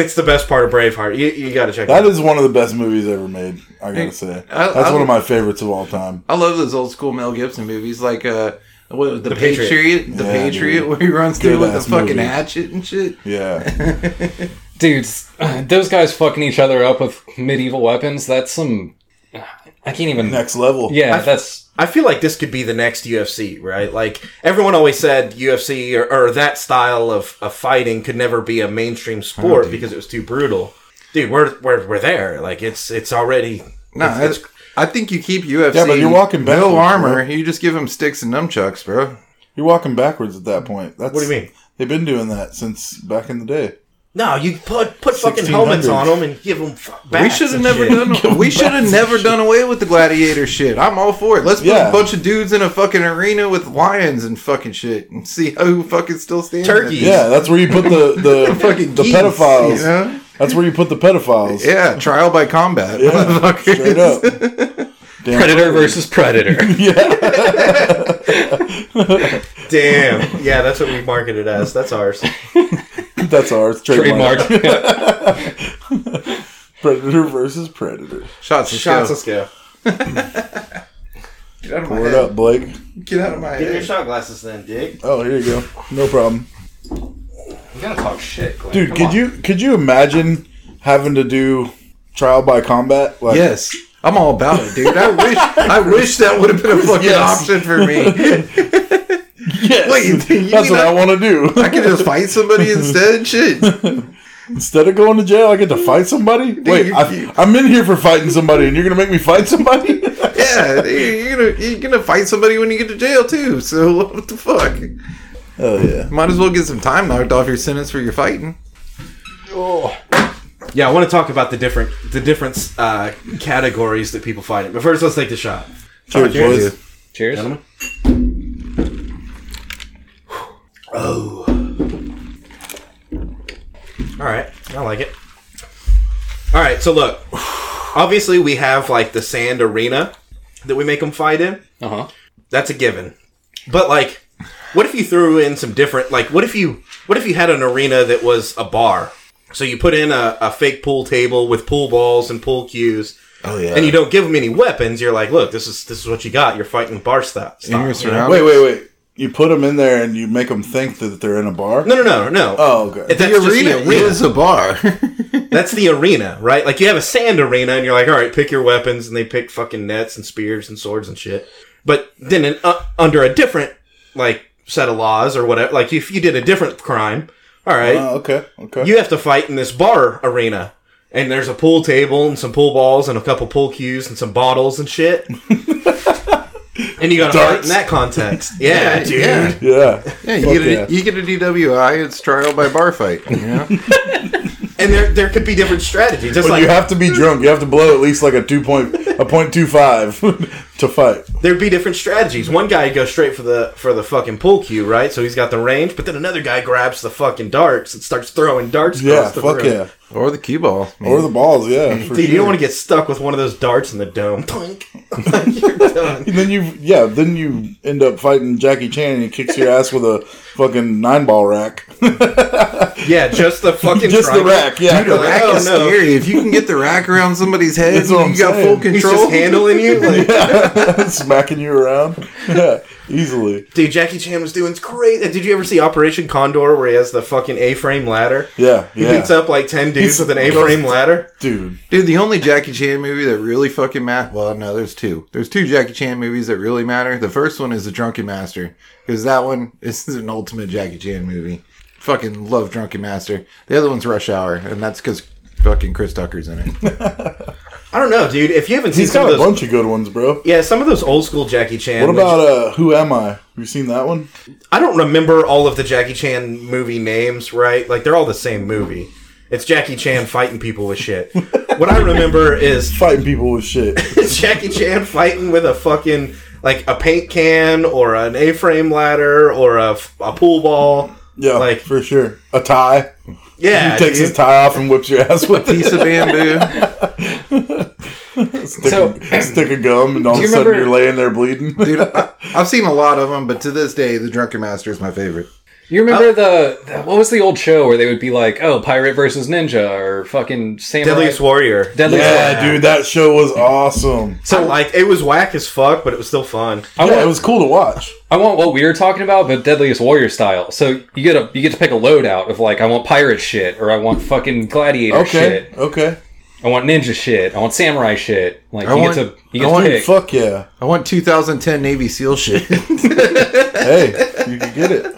Speaker 3: it's the best part of braveheart you, you gotta check
Speaker 4: That
Speaker 3: it out
Speaker 4: is one of the best movies ever made. I gotta say,
Speaker 2: I-
Speaker 4: that's
Speaker 2: I-
Speaker 4: one of my favorites of all time.
Speaker 2: I love those old school Mel Gibson movies, like uh, what, was it, the,
Speaker 3: Patriot.
Speaker 2: Patriot, the
Speaker 4: Yeah,
Speaker 2: Patriot,
Speaker 4: dude.
Speaker 2: where he runs through with the
Speaker 4: Good-ass
Speaker 2: fucking
Speaker 4: movie.
Speaker 2: hatchet and shit.
Speaker 4: Yeah,
Speaker 1: dudes, those guys fucking each other up with medieval weapons. That's some. I can't even.
Speaker 4: next level.
Speaker 1: yeah, that's
Speaker 3: i feel like this could be the next ufc right like everyone always said ufc or, or that style of, of fighting could never be a mainstream sport because it was too brutal dude we're, we're, we're there like it's it's already
Speaker 2: No, that's. I think you keep UFC.
Speaker 4: Yeah, but you're walking
Speaker 2: no
Speaker 4: backwards,
Speaker 2: armor.
Speaker 4: right?
Speaker 2: You just give him sticks and nunchucks, bro.
Speaker 4: You're walking backwards at that point. That's
Speaker 3: What do you mean?
Speaker 4: They've been doing that since back in the day.
Speaker 3: No, you put put fucking helmets on them and give them back.
Speaker 2: We should have never done. We should have never done away with the gladiator shit. I'm all for it. Let's put
Speaker 4: Yeah.
Speaker 2: a bunch of dudes in a fucking arena with lions and fucking shit and see who fucking still stands.
Speaker 3: Turkeys.
Speaker 4: Yeah, that's where you put the the
Speaker 2: Fucking
Speaker 4: the
Speaker 2: geese,
Speaker 4: pedophiles.
Speaker 2: you know?
Speaker 4: That's where you put the pedophiles.
Speaker 2: Yeah, trial by combat.
Speaker 4: Yeah,
Speaker 2: motherfuckers.
Speaker 4: straight up.
Speaker 1: predator versus predator.
Speaker 3: Damn. Yeah, that's what we market it as. That's ours.
Speaker 4: That's ours. Trademark.
Speaker 1: Trademark. Yeah.
Speaker 4: Predator versus predator.
Speaker 2: Shots.
Speaker 3: Shots.
Speaker 2: Shots.
Speaker 3: Let's go.
Speaker 2: Get out of my
Speaker 4: Word
Speaker 2: head.
Speaker 4: up, Blake.
Speaker 2: Get out of my head.
Speaker 3: shot glasses then, Dick.
Speaker 4: Oh, here you go. No problem,
Speaker 3: You gotta talk shit, Glenn.
Speaker 4: dude. could you could you imagine having to do trial by combat? Like,
Speaker 2: Yes. I'm all about it, dude. I wish I wish that would have been a fucking
Speaker 4: Yes.
Speaker 2: option for me.
Speaker 4: yes.
Speaker 2: Wait, you
Speaker 4: that's
Speaker 2: mean
Speaker 4: what I
Speaker 2: I-
Speaker 4: want to do.
Speaker 2: I could just fight somebody instead. Shit.
Speaker 4: Instead of going to jail, I get to fight somebody. Wait,
Speaker 2: you-
Speaker 4: I, I'm in here for fighting somebody, and you're gonna make me fight somebody?
Speaker 2: Yeah, dude, you're gonna you're gonna fight somebody when you get to jail too. So what the fuck?
Speaker 4: oh yeah.
Speaker 2: Might as well get some time knocked off your sentence for your fighting.
Speaker 3: Oh. Yeah, I want to talk about the different the different uh, categories that people fight in. But first, let's take the shot.
Speaker 4: Cheers,
Speaker 2: Cheers.
Speaker 4: boys.
Speaker 1: Cheers.
Speaker 3: Gentlemen. Oh. All right. I like it. All right. So, look, obviously, we have like the sand arena that we make them fight in.
Speaker 1: Uh huh.
Speaker 3: That's a given. But, like, what if you threw in some different, like, what if you, what if you had an arena that was a bar? So you put in a, a fake pool table with pool balls and pool cues,
Speaker 2: Oh yeah.
Speaker 3: and you don't give them any weapons. You're like, look, this is this is what you got. You're fighting bar style.
Speaker 2: And you're
Speaker 3: style, you know?
Speaker 2: surrounded.
Speaker 4: Wait, wait, wait. You put them in there and you make them think that they're in a bar?
Speaker 3: No, no, no, no.
Speaker 4: Oh, okay.
Speaker 3: that's
Speaker 2: the
Speaker 3: just
Speaker 2: arena
Speaker 3: the arena.
Speaker 2: is a bar.
Speaker 3: That's the arena, right? Like you have a sand arena, and you're like, all right, pick your weapons, and they pick fucking nets and spears and swords and shit. But then, in, uh, under a different like set of laws or whatever, like if you did a different crime, all right,
Speaker 4: Oh, okay, okay.
Speaker 3: you have to fight in this bar arena. And there's a pool table and some pool balls and a couple pool cues and some bottles and shit. and you gotta fight
Speaker 4: Darts.
Speaker 3: in that context. Yeah, dude.
Speaker 2: yeah.
Speaker 4: yeah.
Speaker 2: Yeah, you
Speaker 4: Fuck
Speaker 2: get, a,
Speaker 4: yeah.
Speaker 2: you get a DWI. It's trial by bar fight. You know?
Speaker 3: And there there could be different strategies. Just
Speaker 4: But
Speaker 3: like
Speaker 4: you have to be drunk. You have to blow at least like a two point a point two five to fight.
Speaker 3: there'd be different strategies. One guy goes straight for the for the fucking pool cue, right? So he's got the range, but then another guy grabs the fucking darts and starts throwing darts
Speaker 4: Yeah,
Speaker 3: across the
Speaker 4: fuck
Speaker 3: room.
Speaker 4: yeah.
Speaker 2: or the cue ball. man.
Speaker 4: Or the balls, yeah. for
Speaker 3: Dude, you
Speaker 4: sure.
Speaker 3: don't want to get stuck with one of those darts in the dome. Toink. You're done.
Speaker 4: And then you, yeah, then you end up fighting Jackie Chan and he kicks your ass with a fucking nine ball rack.
Speaker 3: Yeah, just the fucking
Speaker 4: Just the
Speaker 3: triangle.
Speaker 4: rack, yeah.
Speaker 2: Dude, the rack
Speaker 3: Oh,
Speaker 2: is
Speaker 3: no.
Speaker 2: scary. If you can get the rack around somebody's head,
Speaker 4: That's
Speaker 2: you
Speaker 4: what I'm
Speaker 2: got
Speaker 4: saying.
Speaker 2: full
Speaker 3: He's
Speaker 2: control.
Speaker 3: just handling you. Like,
Speaker 4: Smacking you around. Yeah, easily.
Speaker 3: Dude, Jackie Chan was doing great. Did you ever see Operation Condor where he has the fucking A-frame ladder?
Speaker 4: Yeah,
Speaker 3: He
Speaker 4: yeah.
Speaker 3: beats up like 10 dudes
Speaker 4: He's-
Speaker 3: with an A-frame ladder.
Speaker 4: Dude.
Speaker 2: Dude, the only Jackie Chan movie that really fucking matters. Well, no, there's two. There's two Jackie Chan movies that really matter. The first one is The Drunken Master, because that one is an ultimate Jackie Chan movie. Fucking love Drunken Master. The other one's Rush Hour, and that's because fucking Chris Tucker's in it.
Speaker 3: I don't know, dude. If you haven't seen
Speaker 4: He's
Speaker 3: some
Speaker 4: got
Speaker 3: of
Speaker 4: a
Speaker 3: those...
Speaker 4: bunch of good ones, bro.
Speaker 3: Yeah, some of those old school Jackie Chan.
Speaker 4: What
Speaker 3: which-
Speaker 4: about uh Who Am I? Have you seen that one?
Speaker 3: I don't remember all of the Jackie Chan movie names, right? Like they're all the same movie. It's Jackie Chan fighting people with shit. what I remember is
Speaker 4: Fighting people with shit.
Speaker 3: Jackie Chan fighting with a fucking like a paint can or an A-frame ladder or a, a pool ball.
Speaker 4: Yeah,
Speaker 3: Like-
Speaker 4: for sure. A tie.
Speaker 3: Yeah,
Speaker 4: he takes
Speaker 3: dude.
Speaker 4: his tie off and whips your ass with it.
Speaker 2: Piece of bamboo.
Speaker 4: Stick,
Speaker 1: So-
Speaker 4: a, stick of gum, and all of
Speaker 1: Do
Speaker 4: a
Speaker 1: you
Speaker 4: sudden
Speaker 1: remember-
Speaker 4: you're laying there bleeding.
Speaker 2: Dude, I, I've seen a lot of them, but to this day, The Drunken Master is my favorite.
Speaker 1: You remember the, the what was the old show where they would be like, oh, pirate versus ninja or fucking samurai,
Speaker 3: Deadliest Warrior.
Speaker 1: Deadly
Speaker 4: yeah, dude, that show was awesome.
Speaker 3: So like it was whack as fuck, but it was still fun.
Speaker 1: I
Speaker 4: yeah,
Speaker 1: want,
Speaker 4: it was cool to watch.
Speaker 1: I want what we were talking about, but Deadliest Warrior style. So you get a you get to pick a loadout of like, I want pirate shit or I want fucking gladiator
Speaker 4: Okay,
Speaker 1: Oh, shit,
Speaker 4: okay.
Speaker 1: I want ninja shit, I want samurai shit. Like
Speaker 2: I
Speaker 1: you
Speaker 2: want-
Speaker 1: get to you
Speaker 2: I
Speaker 1: get to
Speaker 2: want
Speaker 1: pick.
Speaker 4: Fuck yeah.
Speaker 2: I want 2010 Navy SEAL shit.
Speaker 4: Hey, you can get it.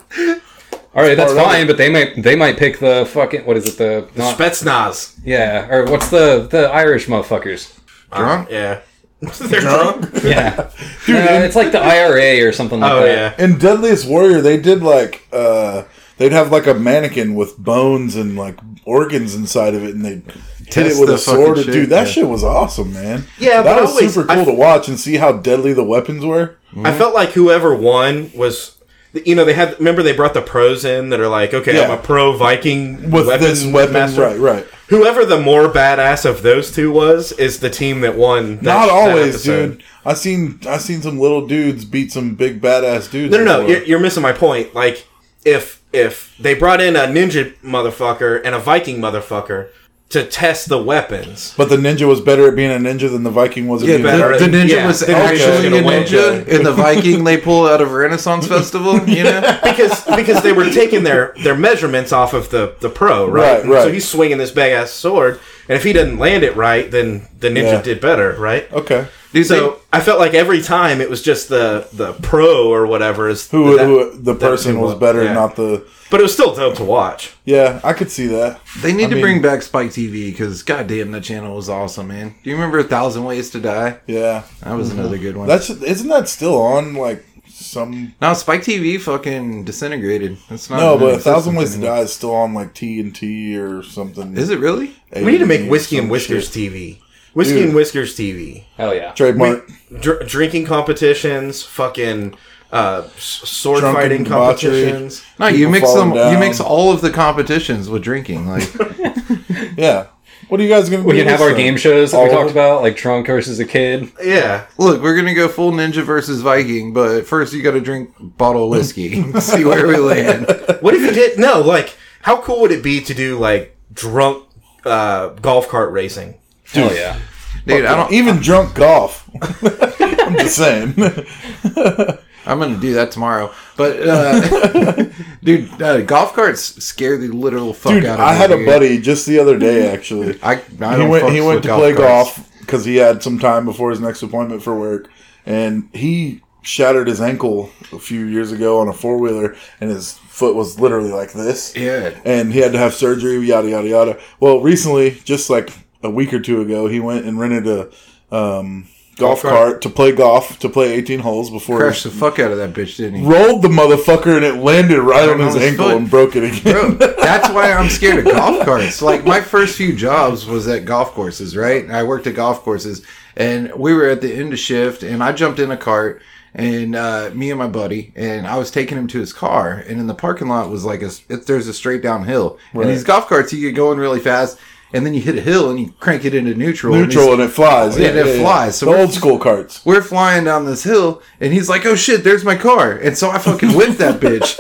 Speaker 1: All right, that's
Speaker 4: Alright.
Speaker 1: fine, but they might they might pick the fucking what is it the not-
Speaker 3: Spetsnaz.
Speaker 1: yeah or what's the the Irish motherfuckers?
Speaker 2: Drunk?
Speaker 3: Uh, Yeah. They're drunk.
Speaker 1: Yeah,
Speaker 4: Dude,
Speaker 1: Uh,
Speaker 4: in,
Speaker 1: it's like the IRA or something like
Speaker 3: Oh
Speaker 1: that.
Speaker 3: yeah.
Speaker 4: in Deadliest Warrior, they did like, uh, they'd have like a mannequin with bones and like organs inside of it, and they'd hit
Speaker 2: Test
Speaker 4: it with
Speaker 2: the
Speaker 4: a sword.
Speaker 2: fucking
Speaker 4: Dude,
Speaker 2: shit,
Speaker 4: that
Speaker 2: yeah.
Speaker 4: shit was awesome, man.
Speaker 3: Yeah,
Speaker 4: that
Speaker 3: but
Speaker 4: was
Speaker 3: always-
Speaker 4: super
Speaker 3: I
Speaker 4: cool to watch and see how deadly the weapons were.
Speaker 3: I felt like whoever won was, you know, they had. Remember, they brought the pros in that are like, okay,
Speaker 4: Yeah.
Speaker 3: I'm a pro Viking
Speaker 4: With this weapon,
Speaker 3: master.
Speaker 4: right, right.
Speaker 3: Whoever the more badass of those two was is the team that won. That,
Speaker 4: Not
Speaker 3: that
Speaker 4: always,
Speaker 3: episode.
Speaker 4: dude. I seen I seen some little dudes beat some big badass dudes.
Speaker 3: No, no, no.
Speaker 4: before.
Speaker 3: You're, you're missing my point. Like, if if they brought in a ninja motherfucker and a Viking motherfucker to test the weapons,
Speaker 4: But the ninja was better at being a ninja than the Viking was at being
Speaker 3: better
Speaker 4: a
Speaker 3: at-
Speaker 4: ninja.
Speaker 2: The ninja
Speaker 3: Yeah,
Speaker 2: was
Speaker 3: the ninja was
Speaker 2: actually
Speaker 3: gonna
Speaker 2: a
Speaker 3: win.
Speaker 2: ninja, and the Viking they pull out of Renaissance Festival. You know,
Speaker 3: because because they were taking their their measurements off of the the pro, right?
Speaker 4: Right, right.
Speaker 3: So he's swinging this big ass sword, and if he doesn't land it right, then the ninja
Speaker 4: Yeah.
Speaker 3: did better, right?
Speaker 4: Okay.
Speaker 2: dude.
Speaker 3: So I felt like every time it was just the the pro or whatever is
Speaker 4: Who,
Speaker 3: that-
Speaker 4: who the person
Speaker 3: who
Speaker 4: was
Speaker 3: won.
Speaker 4: better,
Speaker 3: Yeah.
Speaker 4: not the.
Speaker 3: but it was still dope to watch.
Speaker 4: Yeah, I could see that.
Speaker 2: they, they need
Speaker 4: I
Speaker 2: to
Speaker 4: mean-
Speaker 2: bring back Spike TV because goddamn, that channel was awesome, man. Do you remember A Thousand Ways to Die?
Speaker 4: Yeah,
Speaker 2: That was another good
Speaker 3: Oh.
Speaker 2: one.
Speaker 4: Mm-hmm. that's isn't that still on like some?
Speaker 2: now Spike TV fucking disintegrated. It's not
Speaker 4: No,
Speaker 2: in
Speaker 4: but a
Speaker 2: existence
Speaker 4: thousand ways to
Speaker 2: anymore.
Speaker 4: die is still on like TNT or something.
Speaker 2: Is it really?
Speaker 3: We need to make
Speaker 4: AE or
Speaker 3: whiskey and
Speaker 4: some
Speaker 3: whiskers
Speaker 4: shit.
Speaker 3: TV, whiskey
Speaker 4: Dude.
Speaker 3: and whiskers TV,
Speaker 1: Hell Oh, yeah.
Speaker 4: trademark
Speaker 3: Dr- drinking competitions, fucking uh, s- sword
Speaker 4: Drunken
Speaker 3: fighting
Speaker 4: debauchery.
Speaker 3: competitions.
Speaker 2: No, you
Speaker 4: People
Speaker 2: mix
Speaker 4: falling
Speaker 2: them. You
Speaker 4: down.
Speaker 2: mix all of the competitions with drinking. Like
Speaker 4: Yeah. What are you guys gonna?
Speaker 1: We
Speaker 4: do
Speaker 1: can have
Speaker 4: this
Speaker 1: our
Speaker 4: time?
Speaker 1: game shows that
Speaker 4: All
Speaker 1: we
Speaker 4: of
Speaker 1: talked
Speaker 4: them?
Speaker 1: about, like Drunk versus a Kid.
Speaker 3: Yeah,
Speaker 2: Look, we're gonna go full ninja versus Viking, but first you gotta drink bottle of whiskey. See where we land.
Speaker 3: What if you did? No, like, how cool would it be to do like drunk uh, golf cart racing.
Speaker 1: Hell yeah.
Speaker 2: Dude, I don't.
Speaker 4: even drunk golf. I'm just saying.
Speaker 2: I'm gonna do that tomorrow. But uh, dude, uh, golf carts scare the literal fuck
Speaker 4: Dude,
Speaker 2: out of
Speaker 4: I
Speaker 2: me,
Speaker 4: had a
Speaker 2: dude.
Speaker 4: buddy just the other day actually.
Speaker 2: I, I
Speaker 4: he
Speaker 2: don't
Speaker 4: went. He
Speaker 2: fucks
Speaker 4: went
Speaker 2: with
Speaker 4: to play
Speaker 2: carts.
Speaker 4: golf because he had some time before his next appointment for work, and he shattered his ankle a few years ago on a four wheeler, and his foot was literally like this.
Speaker 2: Yeah.
Speaker 4: and he had to have surgery. Yada yada yada. Well, recently, just like a week or two ago, he went and rented a. Um, Golf
Speaker 2: cart.
Speaker 4: cart to play golf to play 18 holes before he
Speaker 2: Crashed the fuck out of that bitch, didn't he?
Speaker 4: rolled the motherfucker and it landed right on
Speaker 2: on
Speaker 4: his
Speaker 2: his
Speaker 4: ankle
Speaker 2: foot.
Speaker 4: and broke it again.
Speaker 2: Bro, that's why I'm scared of golf carts. Like my first few jobs was at golf courses, right? I worked at golf courses, and we were at the end of shift, and I jumped in a cart, and uh, me and my buddy, and I was taking him to his car, and in the parking lot was like a if there's a straight downhill,
Speaker 4: Right.
Speaker 2: and these golf carts you get going really fast, and then you hit a hill and you crank it into neutral, and
Speaker 4: Neutral
Speaker 2: he's-
Speaker 4: and it flies.
Speaker 2: And it flies. So
Speaker 4: The
Speaker 2: we're-
Speaker 4: old school carts.
Speaker 2: we're flying down this hill, and he's like, "Oh shit, there's my car!" And so I fucking whipped that bitch,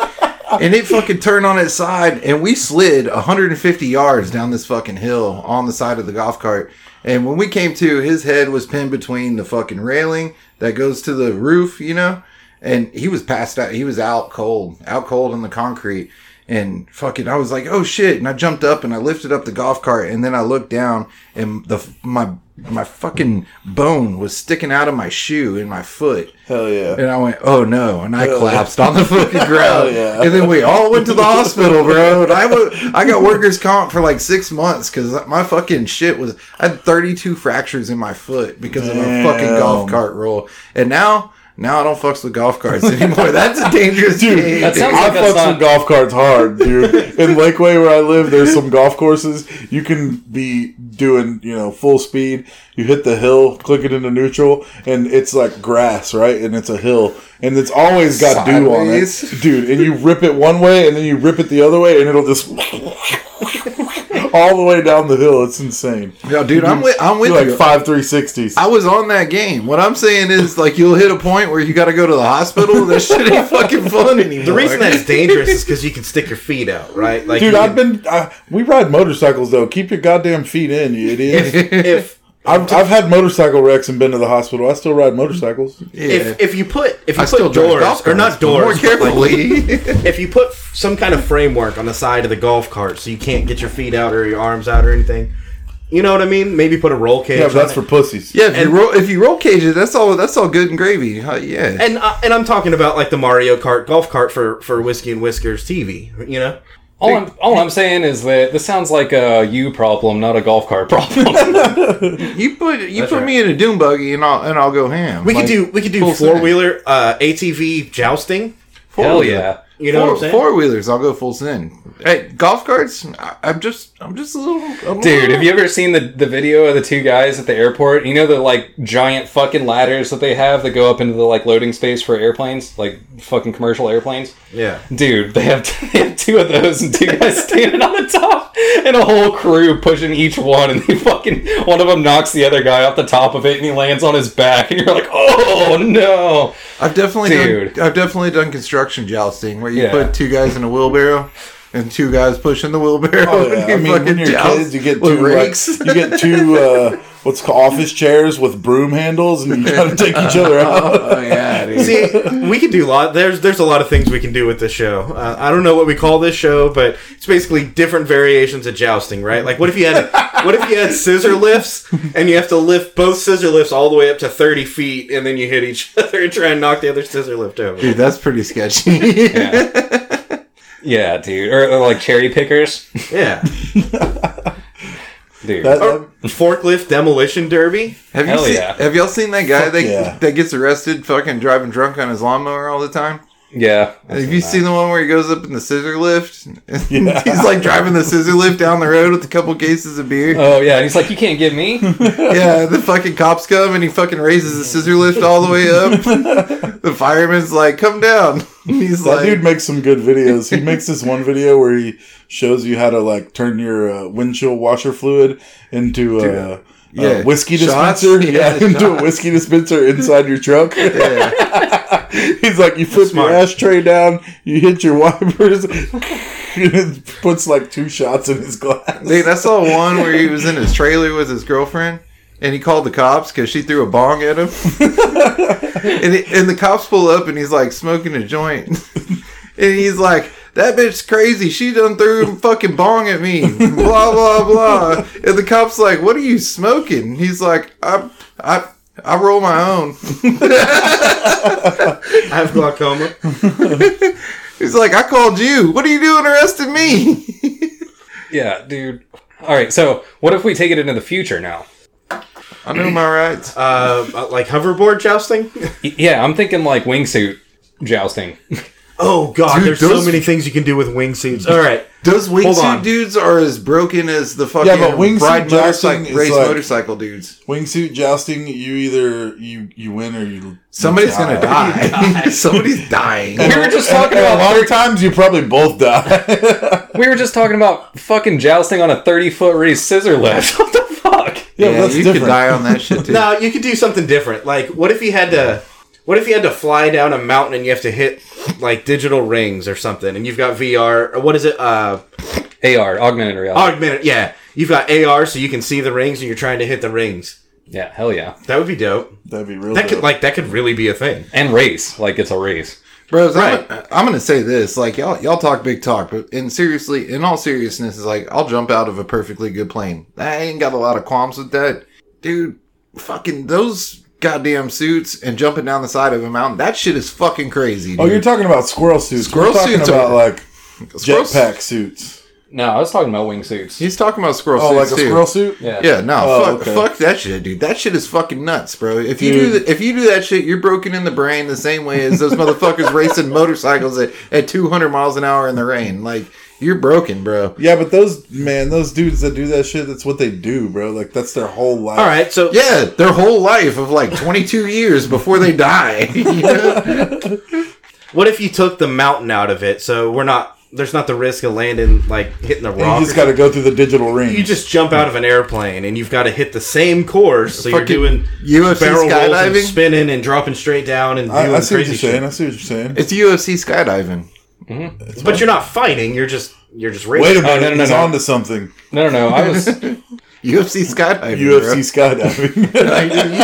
Speaker 2: and it fucking turned on its side, and we slid 150 yards down this fucking hill on the side of the golf cart. And when we came to, his head was pinned between the fucking railing that goes to the roof, you know, and he was passed out. He was out cold, out cold on the concrete. And fucking, I was like, oh shit! And I jumped up and I lifted up the golf cart, and then I looked down, and the my my fucking bone was sticking out of my shoe in my foot.
Speaker 4: Hell yeah.
Speaker 2: And I went, oh no. And I collapsed on the fucking
Speaker 3: Oh,
Speaker 2: ground.
Speaker 4: yeah.
Speaker 2: And then we all went to the hospital, bro. And I wa- I got workers' comp for like six months because my fucking shit was, I had 32 fractures in my foot because of a fucking
Speaker 4: Damn.
Speaker 2: golf cart roll. And now, now I don't fucks with golf carts anymore. That's a dangerous game.
Speaker 4: Dude,
Speaker 1: That sounds
Speaker 4: I
Speaker 1: like that's
Speaker 4: fuck some
Speaker 1: not-
Speaker 4: golf carts hard, dude. In Lakeway, where I live, there's some golf courses. You can be doing, you know, full speed. You hit the hill, click it into neutral, and it's like grass, right? And it's a hill, and it's always got dew on
Speaker 2: Sideways.
Speaker 4: it, dude. And you rip it one way, and then you rip it the other way, and it'll just all the way down the hill. It's insane.
Speaker 2: Yo, dude, I'm with, I'm with
Speaker 4: You're
Speaker 2: you.
Speaker 4: like five three sixties.
Speaker 2: I was on that game. What I'm saying is, like, you'll hit a point where you got to go to the hospital. That shit ain't fucking fun anymore.
Speaker 3: The reason that's dangerous is because you can stick your feet out, right? Like,
Speaker 4: Dude,
Speaker 3: you
Speaker 4: I've been. I, we ride motorcycles though. Keep your goddamn feet in, you idiot.
Speaker 3: if
Speaker 4: I've, I've had motorcycle wrecks and been to the hospital. I still ride motorcycles.
Speaker 2: Yeah.
Speaker 3: if if you put if you
Speaker 2: I still
Speaker 3: put
Speaker 2: drive
Speaker 3: doors
Speaker 2: golf
Speaker 3: or
Speaker 2: carts, but
Speaker 3: not doors,
Speaker 2: More
Speaker 3: but, like,
Speaker 2: carefully.
Speaker 3: if you put f- some kind of framework on the side of the golf cart so you can't get your feet out or your arms out or anything, you know what I mean? Maybe put a roll cage.
Speaker 4: Yeah, but
Speaker 3: on
Speaker 4: that's
Speaker 3: it.
Speaker 4: for pussies.
Speaker 2: Yeah, if you
Speaker 3: And-
Speaker 2: roll if you roll cages, that's all that's all good and gravy. Huh, yeah.
Speaker 3: And uh, and I'm talking about like the Mario Kart golf cart for for whiskey and whiskers TV. You know,
Speaker 1: All I'm, all I'm saying is that this sounds like a you problem, not a golf cart problem.
Speaker 2: you put you put me in a doom buggy and I'll and I'll go ham.
Speaker 3: we could do we could do
Speaker 2: full
Speaker 3: four wheeler uh, ATV jousting.
Speaker 1: Hell yeah.
Speaker 3: You know what I'm saying?
Speaker 2: four wheelers. I'll go full sin. Hey, golf carts. I, I'm just I'm just a little I'm a
Speaker 1: Dude,
Speaker 2: little-
Speaker 1: have you ever seen the, the video of the two guys at the airport? You know the like giant fucking ladders that they have that go up into the like loading space for airplanes, like fucking commercial airplanes?
Speaker 3: yeah.
Speaker 1: Dude, they have, they have two of those and two guys standing on the top and a whole crew pushing each one and they fucking one of them knocks the other guy off the top of it and he lands on his back and you're like, "Oh no."
Speaker 2: I've definitely
Speaker 1: Dude.
Speaker 2: done I've definitely done construction jousting where you
Speaker 1: Yeah.
Speaker 2: put two guys in a wheelbarrow. And two guys pushing the wheelbarrow.
Speaker 4: Oh, yeah.
Speaker 2: and you
Speaker 4: I mean,
Speaker 2: fucking
Speaker 4: when you're
Speaker 2: joust
Speaker 4: kids, you get
Speaker 2: with
Speaker 4: two like,
Speaker 2: rakes.
Speaker 4: you get two uh, what's called office chairs with broom handles, and you gotta take each other out.
Speaker 2: oh yeah, dude.
Speaker 3: See, we can do a lot. There's there's a lot of things we can do with this show. Uh, I don't know what we call this show, but it's basically different variations of jousting, right? Like, what if you had what if you had scissor lifts and you have to lift both scissor lifts all the way up to thirty feet, and then you hit each other and try and knock the other scissor lift over?
Speaker 2: dude, that's pretty sketchy.
Speaker 1: Yeah, dude. Or, or like cherry pickers.
Speaker 3: Yeah,
Speaker 1: Dude.
Speaker 4: That-
Speaker 3: Or forklift demolition derby.
Speaker 2: Have you
Speaker 1: Hell
Speaker 2: seen,
Speaker 1: yeah.
Speaker 2: Have y'all seen that guy
Speaker 4: Fuck
Speaker 2: that
Speaker 4: yeah.
Speaker 2: that gets arrested, fucking driving drunk on his lawnmower all the time?
Speaker 1: yeah.
Speaker 2: have you seen the one where he goes up in the scissor lift? He's like driving the scissor lift down the road with a couple cases of beer.
Speaker 1: Oh yeah, and he's like, "You can't get me."
Speaker 2: yeah, the fucking cops come and he fucking raises the scissor lift all the way up. the fireman's like, "Come down." And he's
Speaker 4: That
Speaker 2: like,
Speaker 4: dude makes some good videos. He makes this one video where he shows you how to like turn your uh, windshield washer fluid into uh, yeah.
Speaker 2: Yeah.
Speaker 4: whiskey
Speaker 2: Shots?
Speaker 4: dispenser.
Speaker 2: Yeah,
Speaker 4: Yeah, you can do
Speaker 2: shots.
Speaker 4: a whiskey dispenser inside your truck. He's like, you flip
Speaker 3: Smart.
Speaker 4: your ashtray down, you hit your wipers, and it puts like two shots in his glass.
Speaker 2: Dude, I saw one where he was in his trailer with his girlfriend, and he called the cops because she threw a bong at him. and, it, and the cops pull up, and he's like smoking a joint, and he's like. That bitch crazy. She done threw a fucking bong at me. Blah blah blah. And the cop's like, "What are you smoking?" He's like, "I I I roll my own."
Speaker 3: I have glaucoma. Uh,
Speaker 2: He's like, "I called you. What are you doing arresting me?"
Speaker 1: Yeah, dude. All right, so what if we take it into the future now?
Speaker 2: I know my rights.
Speaker 3: Uh, like hoverboard jousting.
Speaker 1: Y- Yeah, I'm thinking like wingsuit jousting.
Speaker 3: Oh god,
Speaker 2: Dude,
Speaker 3: there's
Speaker 2: those-
Speaker 3: so many things you can do with wingsuits. All right,
Speaker 2: Those wingsuit
Speaker 3: on.
Speaker 2: dudes are as broken as the fucking
Speaker 4: but wingsuit
Speaker 2: ride
Speaker 4: jousting
Speaker 2: motorcycle
Speaker 4: is
Speaker 2: race
Speaker 4: like-
Speaker 2: motorcycle dudes.
Speaker 4: Wingsuit jousting, you either you you win or you.
Speaker 2: Somebody's gonna die. Somebody's dying.
Speaker 1: We were just
Speaker 4: And,
Speaker 1: talking
Speaker 4: and a
Speaker 1: about
Speaker 4: lot
Speaker 1: thir-
Speaker 4: of times you probably both die.
Speaker 1: we were just talking about fucking jousting on a 30 foot raised scissor lift. What the fuck?
Speaker 4: yeah,
Speaker 2: Yeah,
Speaker 4: that's
Speaker 2: you
Speaker 4: different.
Speaker 2: could die on that shit too.
Speaker 3: now you could do something different. Like, what if you had to? What if you had to fly down a mountain and you have to hit like digital rings or something, and you've got VR or what is it? Uh,
Speaker 1: AR, augmented reality.
Speaker 3: augmented. Yeah, you've got AR, so you can see the rings, and you're trying to hit the rings.
Speaker 1: yeah, hell yeah.
Speaker 3: That would be dope.
Speaker 4: That'd be real.
Speaker 3: That could
Speaker 4: dope.
Speaker 3: like that could really be a thing.
Speaker 1: And race, like it's a race.
Speaker 2: Bros,
Speaker 3: Right.
Speaker 2: I'm, I'm gonna say this, like y'all, y'all talk big talk, but in seriously, in all seriousness, is like I'll jump out of a perfectly good plane. I ain't got a lot of qualms with that, dude. Fucking those goddamn suits and jumping down the side of a mountain, that shit is fucking crazy. Dude.
Speaker 4: oh, you're talking about squirrel suits.
Speaker 2: Squirrel
Speaker 4: We're talking
Speaker 2: suits
Speaker 4: about
Speaker 2: are-
Speaker 4: like
Speaker 2: Squirrel-
Speaker 4: jetpack suits.
Speaker 1: No, I was talking about wingsuits.
Speaker 2: He's talking about squirrel
Speaker 4: Oh, like
Speaker 2: suits
Speaker 4: a
Speaker 2: too.
Speaker 4: squirrel suit.
Speaker 1: Yeah.
Speaker 2: Yeah, no,
Speaker 4: Oh,
Speaker 2: fuck,
Speaker 4: okay.
Speaker 2: fuck that shit, dude. That shit is fucking nuts, bro. If you do
Speaker 4: Dude.
Speaker 2: th- if you do that shit, you're broken in the brain the same way as those motherfuckers racing motorcycles at, at 200 miles an hour in the rain. Like you're broken, bro.
Speaker 4: Yeah, but those man, those dudes that do that shit, that's what they do, bro. Like that's their whole life.
Speaker 3: All right, so
Speaker 2: Yeah, their whole life of like 22 years before they die. You know?
Speaker 3: what if you took the mountain out of it? So we're not there's not the risk of landing like hitting the rock.
Speaker 4: You
Speaker 3: or
Speaker 4: just got to go through the digital ring.
Speaker 3: you just jump out of an airplane and you've got to hit the same course. So you're
Speaker 2: Fucking
Speaker 3: doing
Speaker 2: UFC
Speaker 3: barrel rolls and
Speaker 2: skydiving?
Speaker 3: spinning and dropping straight down and doing
Speaker 4: I, I see what
Speaker 3: crazy
Speaker 4: you're saying. I see what you're saying.
Speaker 2: It's UFC skydiving.
Speaker 3: shit. But you're not fighting. You're just you're just racing.
Speaker 4: Wait a
Speaker 1: no,
Speaker 4: minute,
Speaker 1: no, no,
Speaker 4: he's
Speaker 1: no.
Speaker 4: onto something.
Speaker 1: No, no, no. I was. oh,
Speaker 2: UFC skydiving.
Speaker 4: UFC skydiving.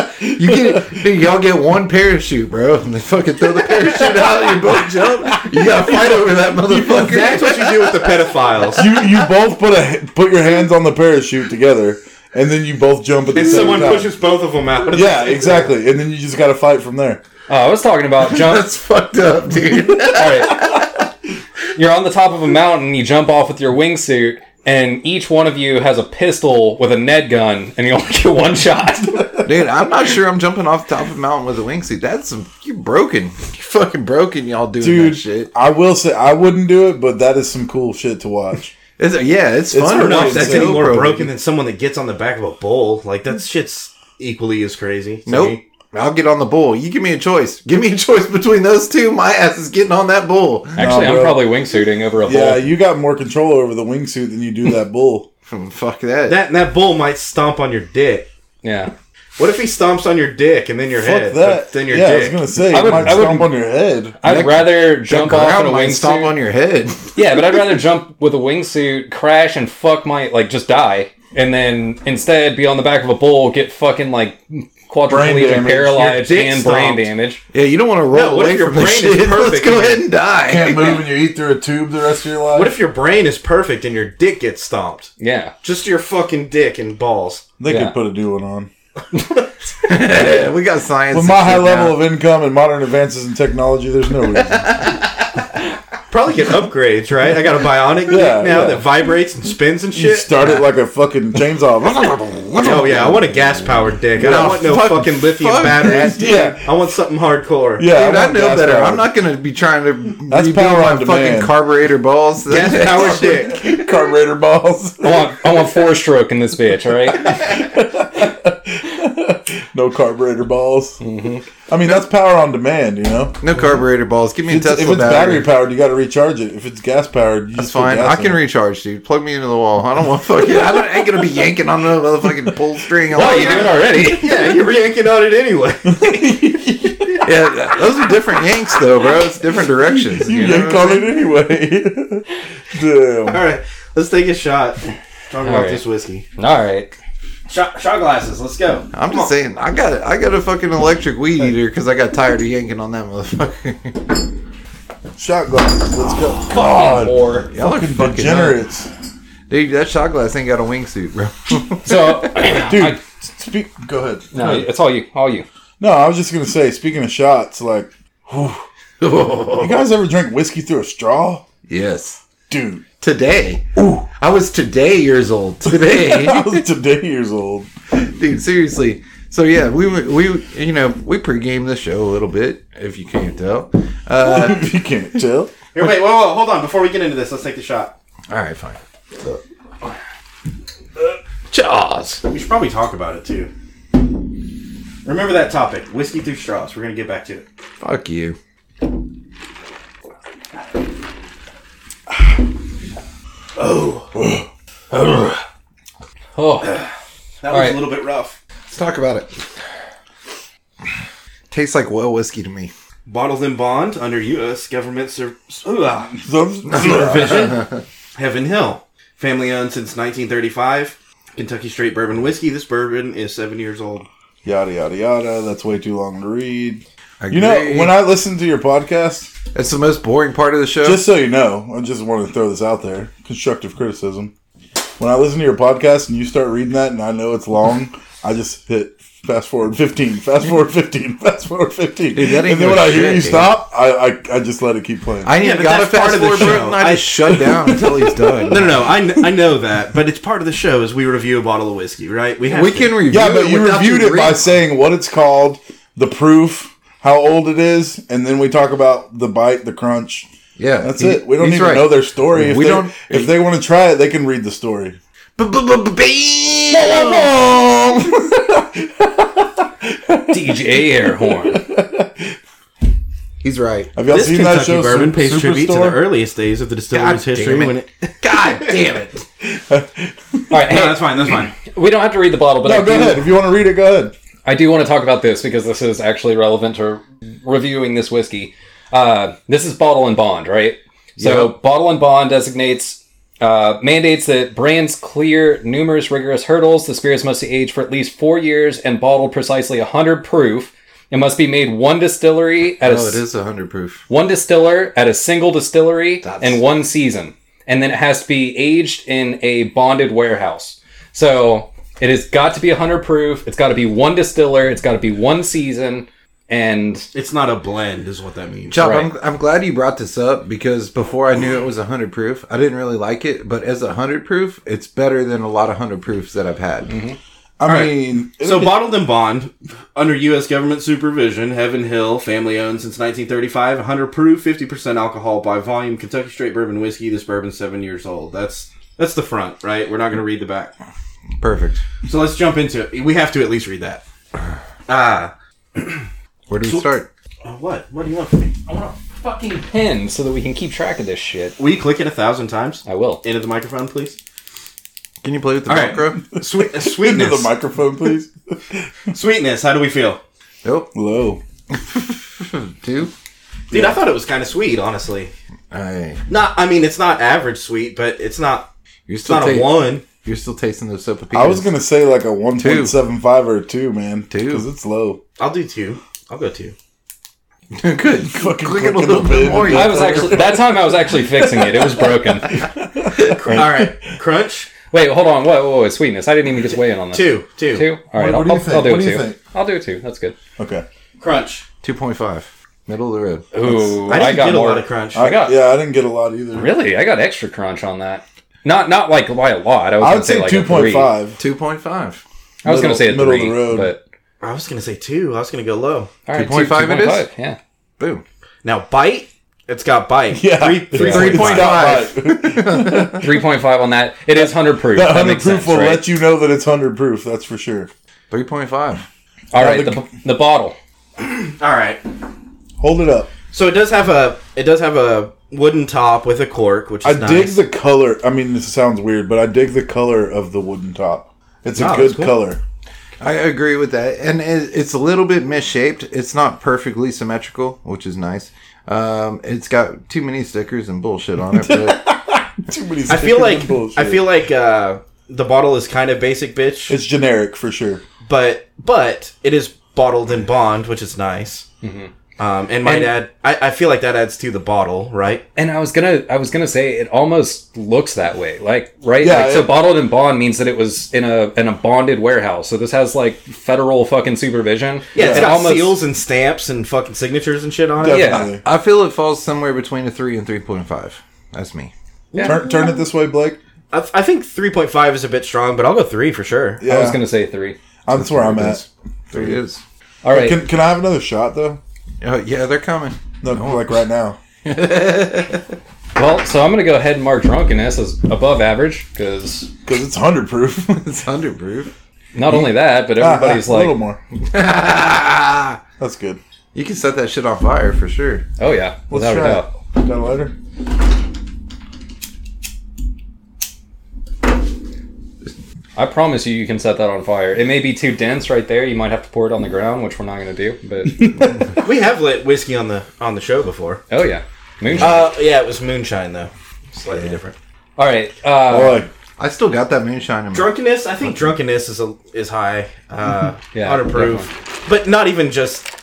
Speaker 2: Bro. You get dude, y'all get one parachute, bro. And they fucking throw the parachute out, you both jump. You gotta fight over that motherfucker.
Speaker 3: That's what you do with the pedophiles.
Speaker 4: you you both put a put your hands on the parachute together, and then you both jump at the
Speaker 3: And
Speaker 4: same
Speaker 3: someone
Speaker 4: time.
Speaker 3: pushes both of them out.
Speaker 4: Yeah, exactly. And then you just got to fight from there.
Speaker 1: Oh, I was talking about jump.
Speaker 2: That's fucked up, dude.
Speaker 1: All right. You're on the top of a mountain, you jump off with your wingsuit, and each one of you has a pistol with a Ned gun, and you only get one shot.
Speaker 2: Dude, I'm not sure I'm jumping off the top of a mountain with a wingsuit. That's some you broken. You fucking broken y'all doing that
Speaker 4: Dude,
Speaker 2: shit.
Speaker 4: I will say I wouldn't do it, but that is some cool shit to watch.
Speaker 2: It's, yeah, it's
Speaker 4: It's
Speaker 2: fun.
Speaker 3: I
Speaker 2: to
Speaker 3: don't know
Speaker 2: watch
Speaker 3: if that's
Speaker 2: that
Speaker 3: any
Speaker 2: go
Speaker 3: more
Speaker 2: broken.
Speaker 3: broken than someone that gets on the back of a bull. Like that shit's equally as crazy. to
Speaker 2: Nope.
Speaker 3: me.
Speaker 2: I'll get on the bull. You give me a choice. Give me a choice between those two. My ass is getting on that bull.
Speaker 1: Actually,
Speaker 4: Nah,
Speaker 1: I'm
Speaker 4: bro.
Speaker 1: probably wingsuiting over a
Speaker 4: Yeah,
Speaker 1: hole.
Speaker 4: you got more control over the wingsuit than you do that bull.
Speaker 2: Hmm, Fuck that.
Speaker 3: That that bull might stomp on your dick.
Speaker 1: Yeah.
Speaker 3: What if he stomps on your dick and then your
Speaker 4: Fuck
Speaker 3: head?
Speaker 4: that.
Speaker 3: but Then your
Speaker 4: yeah, I was
Speaker 3: dick.
Speaker 4: gonna say
Speaker 1: I
Speaker 4: it
Speaker 1: would-
Speaker 4: might
Speaker 1: I would-
Speaker 4: stomp on your head.
Speaker 1: I'd rather
Speaker 2: The
Speaker 1: jump off in a
Speaker 2: ground might stomp
Speaker 1: wingsuit.
Speaker 2: on your head.
Speaker 1: yeah, but I'd rather jump with a wingsuit, crash, and fuck my like just die, and then instead be on the back of a bull, get fucking like quadriplegic,
Speaker 4: damage.
Speaker 1: paralyzed,
Speaker 3: Your dick
Speaker 1: and brain
Speaker 3: stomped.
Speaker 1: damage.
Speaker 2: Yeah, you don't want to roll
Speaker 3: No, what
Speaker 2: away
Speaker 3: if your
Speaker 2: from the
Speaker 3: brain is
Speaker 2: shit.
Speaker 3: perfect
Speaker 2: Let's go
Speaker 3: and you-
Speaker 2: ahead and die.
Speaker 4: Can't move and you eat through a tube the rest of your life.
Speaker 3: What if your brain is perfect and your dick gets stomped?
Speaker 1: Yeah.
Speaker 3: Just your fucking dick and balls.
Speaker 4: they
Speaker 1: yeah.
Speaker 4: could put a new one on?
Speaker 2: Yeah, we got science.
Speaker 4: With
Speaker 2: and
Speaker 4: my
Speaker 2: shit
Speaker 4: high level
Speaker 2: now.
Speaker 4: of income and modern advances in technology, there's no reason.
Speaker 3: Probably get upgrades, right? I got a bionic
Speaker 4: Yeah,
Speaker 3: dick now
Speaker 4: yeah.
Speaker 3: that vibrates and spins and
Speaker 4: You
Speaker 3: shit.
Speaker 4: start it like a fucking chainsaw.
Speaker 3: oh yeah, I want a gas powered dick. I
Speaker 2: No,
Speaker 3: don't want no
Speaker 2: fuck-
Speaker 3: fucking lithium
Speaker 2: fuck
Speaker 3: batteries.
Speaker 2: that, dude.
Speaker 4: yeah,
Speaker 3: I want something hardcore.
Speaker 4: Oh, yeah.
Speaker 2: Dude, I,
Speaker 4: want
Speaker 2: know
Speaker 4: gas
Speaker 2: better.
Speaker 4: power.
Speaker 2: I'm not gonna be trying to
Speaker 4: That's
Speaker 2: rebuild
Speaker 4: power
Speaker 2: my
Speaker 4: on
Speaker 2: fucking
Speaker 4: demand.
Speaker 2: carburetor balls.
Speaker 3: Gas powered dick.
Speaker 4: carburetor balls.
Speaker 1: I want I want four stroke in this bitch, all right?
Speaker 4: No carburetor balls. I mean, that's power on demand, you know?
Speaker 2: No carburetor balls. Give me a
Speaker 4: It's-
Speaker 2: Tesla
Speaker 4: if it's battery
Speaker 2: battery.
Speaker 4: powered, you got to recharge it. If it's gas powered, you
Speaker 2: That's
Speaker 4: just put
Speaker 2: fine. I
Speaker 4: gas in
Speaker 2: can
Speaker 4: it.
Speaker 2: recharge, dude. Plug me into the wall. I don't want fucking. I, don't, I ain't gonna be yanking on the motherfucking pull string. all
Speaker 1: Oh, you
Speaker 2: night.
Speaker 1: do it already.
Speaker 3: Yeah, you're yanking on it anyway.
Speaker 2: Yeah, those are different yanks though, bro. It's different directions.
Speaker 4: You
Speaker 2: You know
Speaker 4: yank
Speaker 2: what I
Speaker 4: on
Speaker 2: mean?
Speaker 4: it anyway. Damn.
Speaker 3: All right, let's take a shot. Talk about
Speaker 1: right.
Speaker 3: this whiskey.
Speaker 1: All right.
Speaker 3: Shot, shot glasses. Let's go.
Speaker 2: I'm just saying, I got I got a fucking electric weed eater because I got tired of yanking on that motherfucker.
Speaker 4: Shot glasses. Let's go. God.
Speaker 1: Or
Speaker 2: Y'all are
Speaker 4: Fucking
Speaker 2: fucking
Speaker 4: degenerates.
Speaker 2: nuts. dude. That shot glass ain't got a wingsuit, bro.
Speaker 1: so,
Speaker 4: Dude,
Speaker 1: I-
Speaker 4: speak. Go ahead.
Speaker 1: no, it's all you. All you.
Speaker 4: No, I was just gonna say. Speaking of shots, like, whew, you guys ever drink whiskey through a straw,
Speaker 2: yes,
Speaker 4: dude?
Speaker 2: today. Ooh, I was today years old. Today,
Speaker 4: I was today years old.
Speaker 2: dude. Seriously. So yeah, we were- we you know we pregame the show a little bit if you can't tell. Uh,
Speaker 4: If you can't tell.
Speaker 3: Here, wait, whoa, whoa, hold on. Before we get into this, let's take the shot.
Speaker 2: all right, fine.
Speaker 3: We should probably talk about it too. Remember that topic, whiskey through straws. We're gonna get back to it.
Speaker 2: Fuck you.
Speaker 1: Oh,
Speaker 3: That
Speaker 1: All
Speaker 3: was
Speaker 1: right.
Speaker 3: a little bit rough.
Speaker 2: Let's talk about it. Tastes like well whiskey to me.
Speaker 3: Bottled in bond under U.S. government sur- ugh, supervision. Heaven Hill, family owned since 1935. Kentucky straight bourbon whiskey. This bourbon is seven years old.
Speaker 4: yada yada yada. That's way too long to read.
Speaker 2: Agree.
Speaker 4: You know, when I listen to your podcast,
Speaker 2: That's the most boring part of the show.
Speaker 4: just so you know, I just wanted to throw this out there: constructive criticism. When I listen to your podcast and you start reading that, and I know it's long, I just hit fast forward fifteen, fast forward fifteen, fast forward fifteen,
Speaker 2: Dude, that ain't
Speaker 4: and then when
Speaker 2: no
Speaker 4: I hear
Speaker 2: shit,
Speaker 4: you
Speaker 2: dude.
Speaker 4: stop, I, I I just let it keep playing.
Speaker 2: I ain't
Speaker 3: Yeah,
Speaker 2: even
Speaker 3: but
Speaker 2: got a
Speaker 3: that's part
Speaker 2: fast
Speaker 3: of the
Speaker 2: forward
Speaker 3: show.
Speaker 2: button. I
Speaker 3: I-
Speaker 2: just shut down until he's done.
Speaker 3: No, no, no. I, kn- I know that, but it's part of the show is we review a bottle of whiskey, right? have
Speaker 2: We
Speaker 3: to.
Speaker 2: can review.
Speaker 4: Yeah, but
Speaker 2: it
Speaker 4: you
Speaker 2: without
Speaker 4: reviewed it by
Speaker 2: reading.
Speaker 4: saying what it's called, the proof, how old it is, and then we talk about the bite, the crunch.
Speaker 2: Yeah,
Speaker 4: That's
Speaker 2: he-
Speaker 4: it. We don't
Speaker 2: he's
Speaker 4: even
Speaker 2: right.
Speaker 4: know their story. If
Speaker 2: We
Speaker 4: they,
Speaker 2: don't-
Speaker 4: If they want to try it, they can read the story.
Speaker 2: Ba-ba-ba-bam!
Speaker 1: DJ air horn.
Speaker 2: He's right.
Speaker 4: Have y'all
Speaker 3: This
Speaker 4: seen
Speaker 3: Kentucky
Speaker 4: that show?
Speaker 3: bourbon
Speaker 4: Sup-
Speaker 3: pays tribute to the
Speaker 4: Superstore?
Speaker 3: earliest days of the distillery's
Speaker 2: God
Speaker 3: history.
Speaker 2: damn it.
Speaker 3: When it,
Speaker 2: God damn it!
Speaker 1: All right,
Speaker 3: no,
Speaker 1: hey,
Speaker 3: that's fine. That's fine.
Speaker 1: we don't have to read the bottle, but I,
Speaker 4: No, go
Speaker 1: do,
Speaker 4: ahead. If you want to read it, go ahead.
Speaker 1: I do want to talk about this because this is actually relevant to reviewing this whiskey. Uh, this is Bottle and Bond, right? So, Bottle and Bond designates uh, mandates that brands clear numerous rigorous hurdles. The spirits must age for at least four years and bottled precisely 100 proof. It must be made one distillery at a
Speaker 2: Oh,
Speaker 1: s-
Speaker 2: it is hundred proof.
Speaker 1: one distiller at a single distillery
Speaker 2: That's-
Speaker 1: and one season. And then it has to be aged in a bonded warehouse. So it has got to be 100 proof. It's got to be one distiller. It's got to be one season. And
Speaker 3: It's not a blend, is what that means.
Speaker 2: Chop,
Speaker 1: Right.
Speaker 2: I'm, I'm glad you brought this up because before I knew it was hundred proof, I didn't really like it. But as hundred proof, it's better than a lot of hundred proofs that I've had.
Speaker 4: I mean, it-
Speaker 3: So bottled in bond, under U.S. government supervision, Heaven Hill, family owned since 1935, 100 proof, 50 percent alcohol by volume, Kentucky straight bourbon whiskey. This bourbon's seven years old. That's that's the front, right? We're not going to read the back.
Speaker 2: Perfect.
Speaker 3: So let's jump into it. We have to at least read that. Ah,
Speaker 2: Where do we start?
Speaker 3: uh, what? What do you want from me?
Speaker 1: I want a fucking pen so that we can keep track of this shit.
Speaker 3: Will you click it a thousand times
Speaker 1: I will.
Speaker 3: into the microphone, please?
Speaker 2: Can you play with the
Speaker 3: All right.
Speaker 2: Velcro?
Speaker 3: Sweet,
Speaker 4: into the
Speaker 3: sweetness,
Speaker 4: microphone, please.
Speaker 3: sweetness. How do we feel?
Speaker 2: Nope.
Speaker 4: Low.
Speaker 2: Two.
Speaker 3: Dude, I thought it was kind of sweet, honestly.
Speaker 2: Aye.
Speaker 3: Not, I mean, it's not average sweet, but it's not,
Speaker 2: You're
Speaker 3: it's
Speaker 2: still
Speaker 3: not a
Speaker 2: ta-
Speaker 3: one.
Speaker 2: You're still tasting those sopapitas.
Speaker 4: I was gonna say like a one point seven five or a two, man.
Speaker 2: Two.
Speaker 4: because it's low.
Speaker 3: I'll do two. I'll go two.
Speaker 2: gonna good.
Speaker 4: Fucking
Speaker 2: Click it a
Speaker 4: clicking
Speaker 2: little
Speaker 4: the
Speaker 2: bit
Speaker 4: bit.
Speaker 2: more. you
Speaker 1: I was
Speaker 2: fucker.
Speaker 1: actually, that time I was actually fixing it. It was broken.
Speaker 3: All right, crunch
Speaker 1: Wait, hold on. Whoa, whoa, whoa, sweetness. I didn't even just weigh in on this.
Speaker 3: two, two,
Speaker 1: Two? All right,
Speaker 4: What- what do
Speaker 1: I'll,
Speaker 4: you
Speaker 1: I'll, I'll
Speaker 4: think?
Speaker 1: do
Speaker 4: What
Speaker 1: it
Speaker 4: do you
Speaker 1: two.
Speaker 4: think?
Speaker 1: I'll do it two. That's good.
Speaker 4: Okay.
Speaker 3: crunch.
Speaker 2: Two point five. Middle of the road.
Speaker 1: Ooh,
Speaker 3: I
Speaker 1: I,
Speaker 3: didn't
Speaker 1: got
Speaker 3: get
Speaker 1: more.
Speaker 3: a lot of crunch.
Speaker 1: I got
Speaker 4: Yeah, I didn't get a lot either.
Speaker 1: Really, I got extra crunch on that. Not not like by a lot. I was
Speaker 4: I
Speaker 1: gonna
Speaker 4: would
Speaker 1: say,
Speaker 4: say
Speaker 1: like
Speaker 4: two point
Speaker 1: five.
Speaker 4: five.
Speaker 2: Two point five.
Speaker 1: I was gonna
Speaker 4: Middle-
Speaker 1: say a
Speaker 4: middle of
Speaker 1: three,
Speaker 4: the road.
Speaker 1: but
Speaker 3: I was gonna say two. I was gonna go low.
Speaker 1: all right,
Speaker 2: 2.5 it
Speaker 1: 2.5, Yeah,
Speaker 2: Boom.
Speaker 3: Now bite. It's got bite.
Speaker 4: Yeah,
Speaker 3: Three, three,
Speaker 1: Yeah.
Speaker 3: three
Speaker 4: It's
Speaker 3: point
Speaker 4: not
Speaker 3: five.
Speaker 4: hot.
Speaker 1: three point five on that. It is hundred proof.
Speaker 4: That
Speaker 1: That,
Speaker 4: hundred
Speaker 1: makes
Speaker 4: proof
Speaker 1: sense,
Speaker 4: will
Speaker 1: right?
Speaker 4: let you know that it's hundred proof. That's for sure.
Speaker 2: Three point five.
Speaker 1: All right,
Speaker 4: the-
Speaker 1: the, the bottle.
Speaker 3: All right.
Speaker 4: Hold it up.
Speaker 3: So it does have a it does have a wooden top with a cork, which
Speaker 4: I
Speaker 3: is nice.
Speaker 4: dig the color. I mean, this sounds weird, but I dig the color of the wooden top. It's a
Speaker 3: Oh,
Speaker 4: good
Speaker 3: that's cool.
Speaker 4: color.
Speaker 2: I agree with that, and it, it's a little bit misshaped. It's not perfectly symmetrical, which is nice. Um, it's got too many stickers and bullshit on it. But
Speaker 4: Too many
Speaker 3: I feel
Speaker 4: stickers
Speaker 3: like
Speaker 4: and bullshit.
Speaker 3: I feel like uh, the bottle is kind of basic, bitch.
Speaker 4: it's generic for sure.
Speaker 3: but but it is bottled in bond, which is nice. Um, and might
Speaker 1: And-
Speaker 3: add, I, I feel like that adds to the bottle, right?
Speaker 1: And I was gonna, I was gonna say it almost looks that way, like right.
Speaker 4: Yeah,
Speaker 1: like, so
Speaker 4: it-
Speaker 1: bottled in bond means that it was in a in a bonded warehouse. So this has like federal fucking supervision.
Speaker 3: Yeah, it's
Speaker 1: It
Speaker 3: got seals and stamps and fucking signatures and shit on it.
Speaker 4: Definitely.
Speaker 2: I feel it falls somewhere between a three and three point five. That's me.
Speaker 1: Yeah.
Speaker 4: Turn, turn it this way, Blake.
Speaker 3: I, I think three point five is a bit strong, but I'll go three for sure.
Speaker 4: Yeah,
Speaker 1: I was gonna say three.
Speaker 4: that's where I'm
Speaker 2: There it
Speaker 4: at.
Speaker 2: is. There it is.
Speaker 1: All right,
Speaker 4: Can, can I have another shot though?
Speaker 2: Oh yeah, they're coming.
Speaker 4: No, like right now.
Speaker 1: well, so I'm gonna go ahead and mark drunkenness as above average because
Speaker 4: Because it's hundred proof.
Speaker 2: It's underproof.
Speaker 1: not only that, but
Speaker 4: Ah, ah,
Speaker 1: everybody's
Speaker 4: a little
Speaker 1: like,
Speaker 4: more. That's good.
Speaker 2: You can set that shit on fire for sure.
Speaker 1: oh yeah,
Speaker 4: Let's
Speaker 1: without a doubt.
Speaker 4: try it. Got a lighter?
Speaker 1: I promise you, you can set that on fire. It may be too dense right there. You might have to pour it on the ground, which we're not gonna do. But
Speaker 3: We have lit whiskey on the on the show before.
Speaker 1: oh yeah, moonshine.
Speaker 3: Uh, yeah, it was moonshine though, slightly different.
Speaker 1: All right, uh,
Speaker 4: Boy,
Speaker 2: I still got that moonshine in my
Speaker 3: Drunkenness, I think drunkenness is a, is high, uh,
Speaker 1: Yeah,
Speaker 3: hundred proof, but not even just.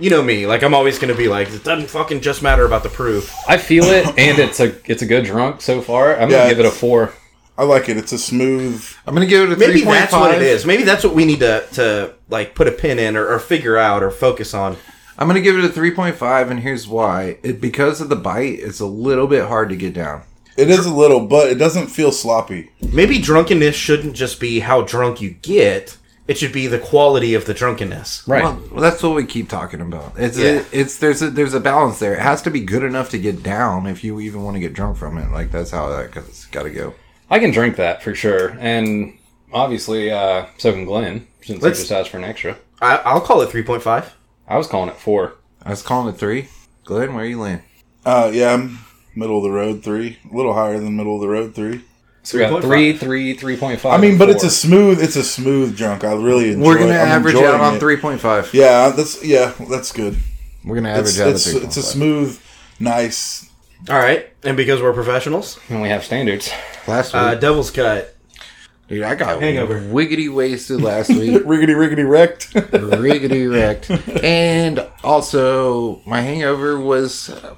Speaker 3: You know me, like I'm always gonna be like, it doesn't fucking just matter about the proof.
Speaker 1: I feel it, and it's a it's a good drunk so far. I'm
Speaker 4: Yeah,
Speaker 1: gonna give it a
Speaker 4: it's-
Speaker 1: four.
Speaker 4: I like it. It's a smooth.
Speaker 2: I'm gonna give it a
Speaker 3: Maybe
Speaker 2: three point
Speaker 3: that's what
Speaker 2: five.
Speaker 3: it is. Maybe that's what we need to to like put a pin in or, or figure out or focus on.
Speaker 2: I'm gonna give it a three point five, and here's why. It because of the bite, it's a little bit hard to get down.
Speaker 4: It is a little, but it doesn't feel sloppy.
Speaker 3: Maybe drunkenness shouldn't just be how drunk you get. It should be the quality of the drunkenness.
Speaker 1: Right.
Speaker 2: Well, well, that's what we keep talking about. It's
Speaker 3: Yeah.
Speaker 2: it's there's a there's a balance there. It has to be good enough to get down if you even want to get drunk from it. Like that's how that goes. Gotta go.
Speaker 1: I can drink that for sure, and obviously, uh, so can Glenn since
Speaker 3: Let's-
Speaker 1: he just asked for an extra.
Speaker 3: I, I'll call it three point five.
Speaker 1: I was calling it four.
Speaker 2: I was calling it three. Glenn, where you land?
Speaker 4: Uh, yeah, I'm middle of the road three, a little higher than middle of the road three.
Speaker 1: So we got
Speaker 3: 3.5.
Speaker 1: three, three, three point five.
Speaker 4: I mean,
Speaker 1: and
Speaker 4: but
Speaker 1: four.
Speaker 4: it's a smooth. It's a smooth drunk. I really enjoy.
Speaker 2: We're gonna
Speaker 4: it. I'm
Speaker 2: average
Speaker 4: enjoying
Speaker 2: out on
Speaker 4: it.
Speaker 2: three point five.
Speaker 4: Yeah, that's yeah, that's good.
Speaker 2: We're gonna average
Speaker 4: It's
Speaker 2: out
Speaker 4: it's,
Speaker 2: at three point
Speaker 4: it's a
Speaker 2: five.
Speaker 4: smooth, nice.
Speaker 3: All right, and because we're professionals,
Speaker 1: and we have standards.
Speaker 2: last week,
Speaker 3: uh, Devil's Cut.
Speaker 2: dude, I got
Speaker 3: hangover.
Speaker 2: wiggity wasted last week,
Speaker 4: Riggedy riggedy wrecked.
Speaker 2: riggity wrecked, and also my hangover was uh,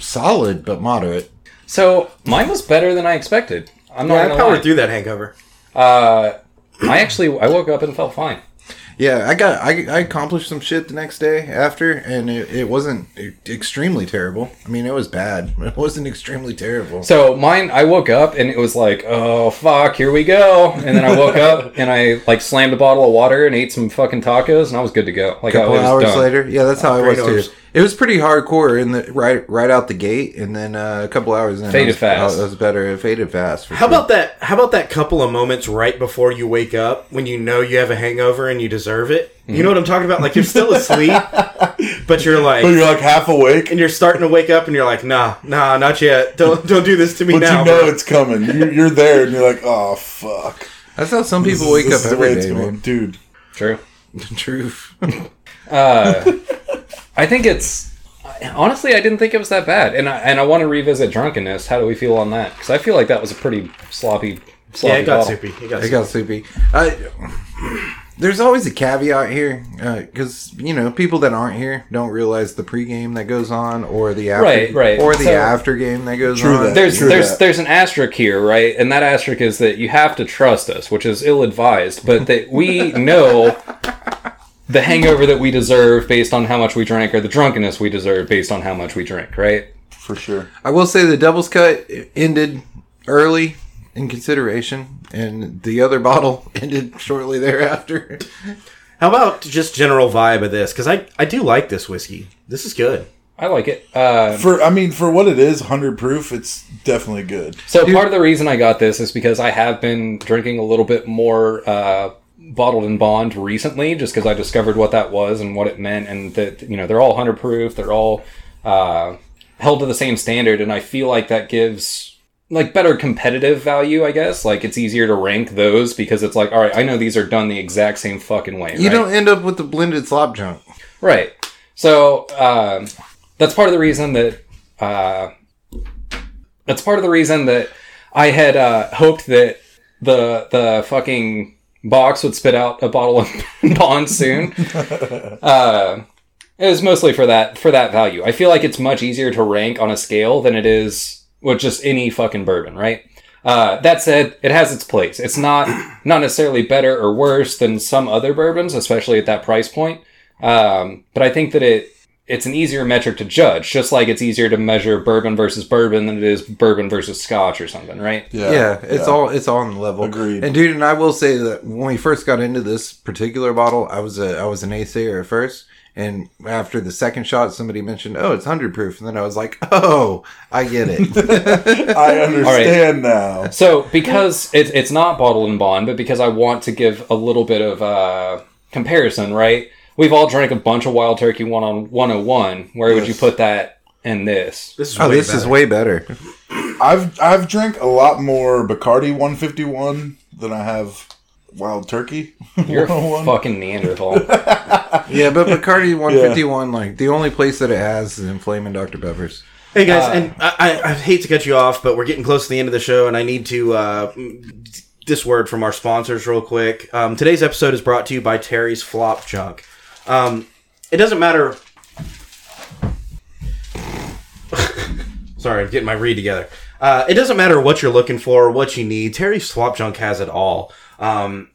Speaker 2: solid but moderate.
Speaker 1: So mine was better than I expected. I'm not
Speaker 3: I
Speaker 1: gonna
Speaker 3: powered
Speaker 1: lie.
Speaker 3: through that hangover.
Speaker 1: Uh, I actually I woke up and felt fine.
Speaker 2: Yeah, I got I, I accomplished some shit the next day after, and it, it wasn't e, extremely terrible. I mean, it was bad. It wasn't extremely terrible.
Speaker 1: So mine, I woke up and it was like, oh fuck, here we go. And then I woke up and I like slammed a bottle of water and ate some fucking tacos and I was good to go. Like I
Speaker 2: couple
Speaker 1: was
Speaker 2: hours
Speaker 1: done.
Speaker 2: later, yeah, that's how I was
Speaker 3: Great
Speaker 2: too.
Speaker 3: hours.
Speaker 2: It was pretty hardcore in the right right out the gate, and then uh, a couple hours in, I
Speaker 1: Faded
Speaker 2: was-
Speaker 1: fast.
Speaker 2: I was better. It faded fast. For
Speaker 3: How
Speaker 2: sure.
Speaker 3: about that? How about that couple of moments right before you wake up when you know you have a hangover and you deserve it? You know what I'm talking about? Like you're still asleep, but you're like,
Speaker 4: but you're like half awake,
Speaker 3: and you're starting to wake up and you're like, nah, nah, not yet. Don't don't do this to me
Speaker 4: but
Speaker 3: now.
Speaker 4: you know it's coming. You, you're there, and you're like, oh fuck.
Speaker 2: that's how some people
Speaker 4: This
Speaker 2: wake
Speaker 4: is
Speaker 2: up
Speaker 4: the way
Speaker 2: every
Speaker 4: it's
Speaker 2: day,
Speaker 4: going.
Speaker 2: man.
Speaker 4: dude.
Speaker 1: True.
Speaker 2: Truth.
Speaker 1: Uh, I think it's honestly, I didn't think it was that bad, and I and I want to revisit drunkenness. How do we feel on that? Because I feel like that was a pretty sloppy, sloppy
Speaker 3: yeah, it got
Speaker 1: bottle.
Speaker 3: soupy. It got
Speaker 2: I
Speaker 3: soupy.
Speaker 2: got sleepy. I, Uh, there's always a caveat here because you know people that aren't here don't realize the pregame that goes on or the after,
Speaker 1: Right, right.
Speaker 2: or the
Speaker 1: So-
Speaker 2: after game that goes
Speaker 4: True
Speaker 2: on.
Speaker 4: that.
Speaker 1: There's
Speaker 4: True
Speaker 1: there's
Speaker 4: that.
Speaker 1: there's an asterisk here, right? And that asterisk is that you have to trust us, which is ill advised, but that we know the hangover that we deserve based on how much we drank, or the drunkenness we deserve based on how much we drink, right?
Speaker 4: For sure.
Speaker 2: I will say the doubles cut ended early in consideration, and the other bottle ended shortly thereafter.
Speaker 3: How about just general vibe of this? Because I I do like this whiskey. This is good.
Speaker 1: I like it. Uh,
Speaker 4: For I mean, for what it is, hundred proof, it's definitely good.
Speaker 1: so part of the reason I got this is because I have been drinking a little bit more uh, bottled and bond recently just because I discovered what that was and what it meant, and that you know they're all hunter proof, they're all uh, held to the same standard, and I feel like that gives like better competitive value, I guess. Like it's easier to rank those because it's like, all right, I know these are done the exact same fucking way.
Speaker 2: You
Speaker 1: right?
Speaker 2: don't end up with the blended slop junk.
Speaker 1: Right. So um, that's part of the reason that uh, that's part of the reason that I had uh, hoped that the the fucking box would spit out a bottle of bond soon. uh, it was mostly for that for that value. I feel like it's much easier to rank on a scale than it is with just any fucking bourbon, right? Uh, that said, it has its place. It's not not necessarily better or worse than some other bourbons, especially at that price point. Um, but I think that it it's an easier metric to judge, just like it's easier to measure bourbon versus bourbon than it is bourbon versus scotch or something, right?
Speaker 4: Yeah.
Speaker 2: yeah, it's all it's all on the level.
Speaker 4: Agreed.
Speaker 2: And dude, and I will say that when we first got into this particular bottle, I was a I was an naysayer at first, and after the second shot, somebody mentioned, "Oh, it's hundred proof," and then I was like, "Oh, I get it."
Speaker 4: I understand now.
Speaker 1: So because it's it's not bottle and bond, but because I want to give a little bit of uh, comparison, right? We've all drank a bunch of Wild Turkey one on one hundred and one. Where would you put that in this?
Speaker 3: This is
Speaker 2: oh,
Speaker 3: way
Speaker 2: this is
Speaker 3: better.
Speaker 2: way better.
Speaker 4: I've I've drank a lot more Bacardi 151 than I have Wild Turkey
Speaker 1: You're a
Speaker 4: 101.
Speaker 1: fucking Neanderthal.
Speaker 2: Yeah, but Bacardi 151, like the only place that it has is in Flamin' Dr Pepper's.
Speaker 3: Hey guys, and I, I, I hate to cut you off, but we're getting close to the end of the show, and I need to uh, mm, this word from our sponsors real quick. Um, today's episode is brought to you by Terry's Flop Junk. Um, it doesn't matter. Sorry, I'm getting my read together. Uh, it doesn't matter what you're looking for, or what you need. Terry's Flop Junk has it all. Um,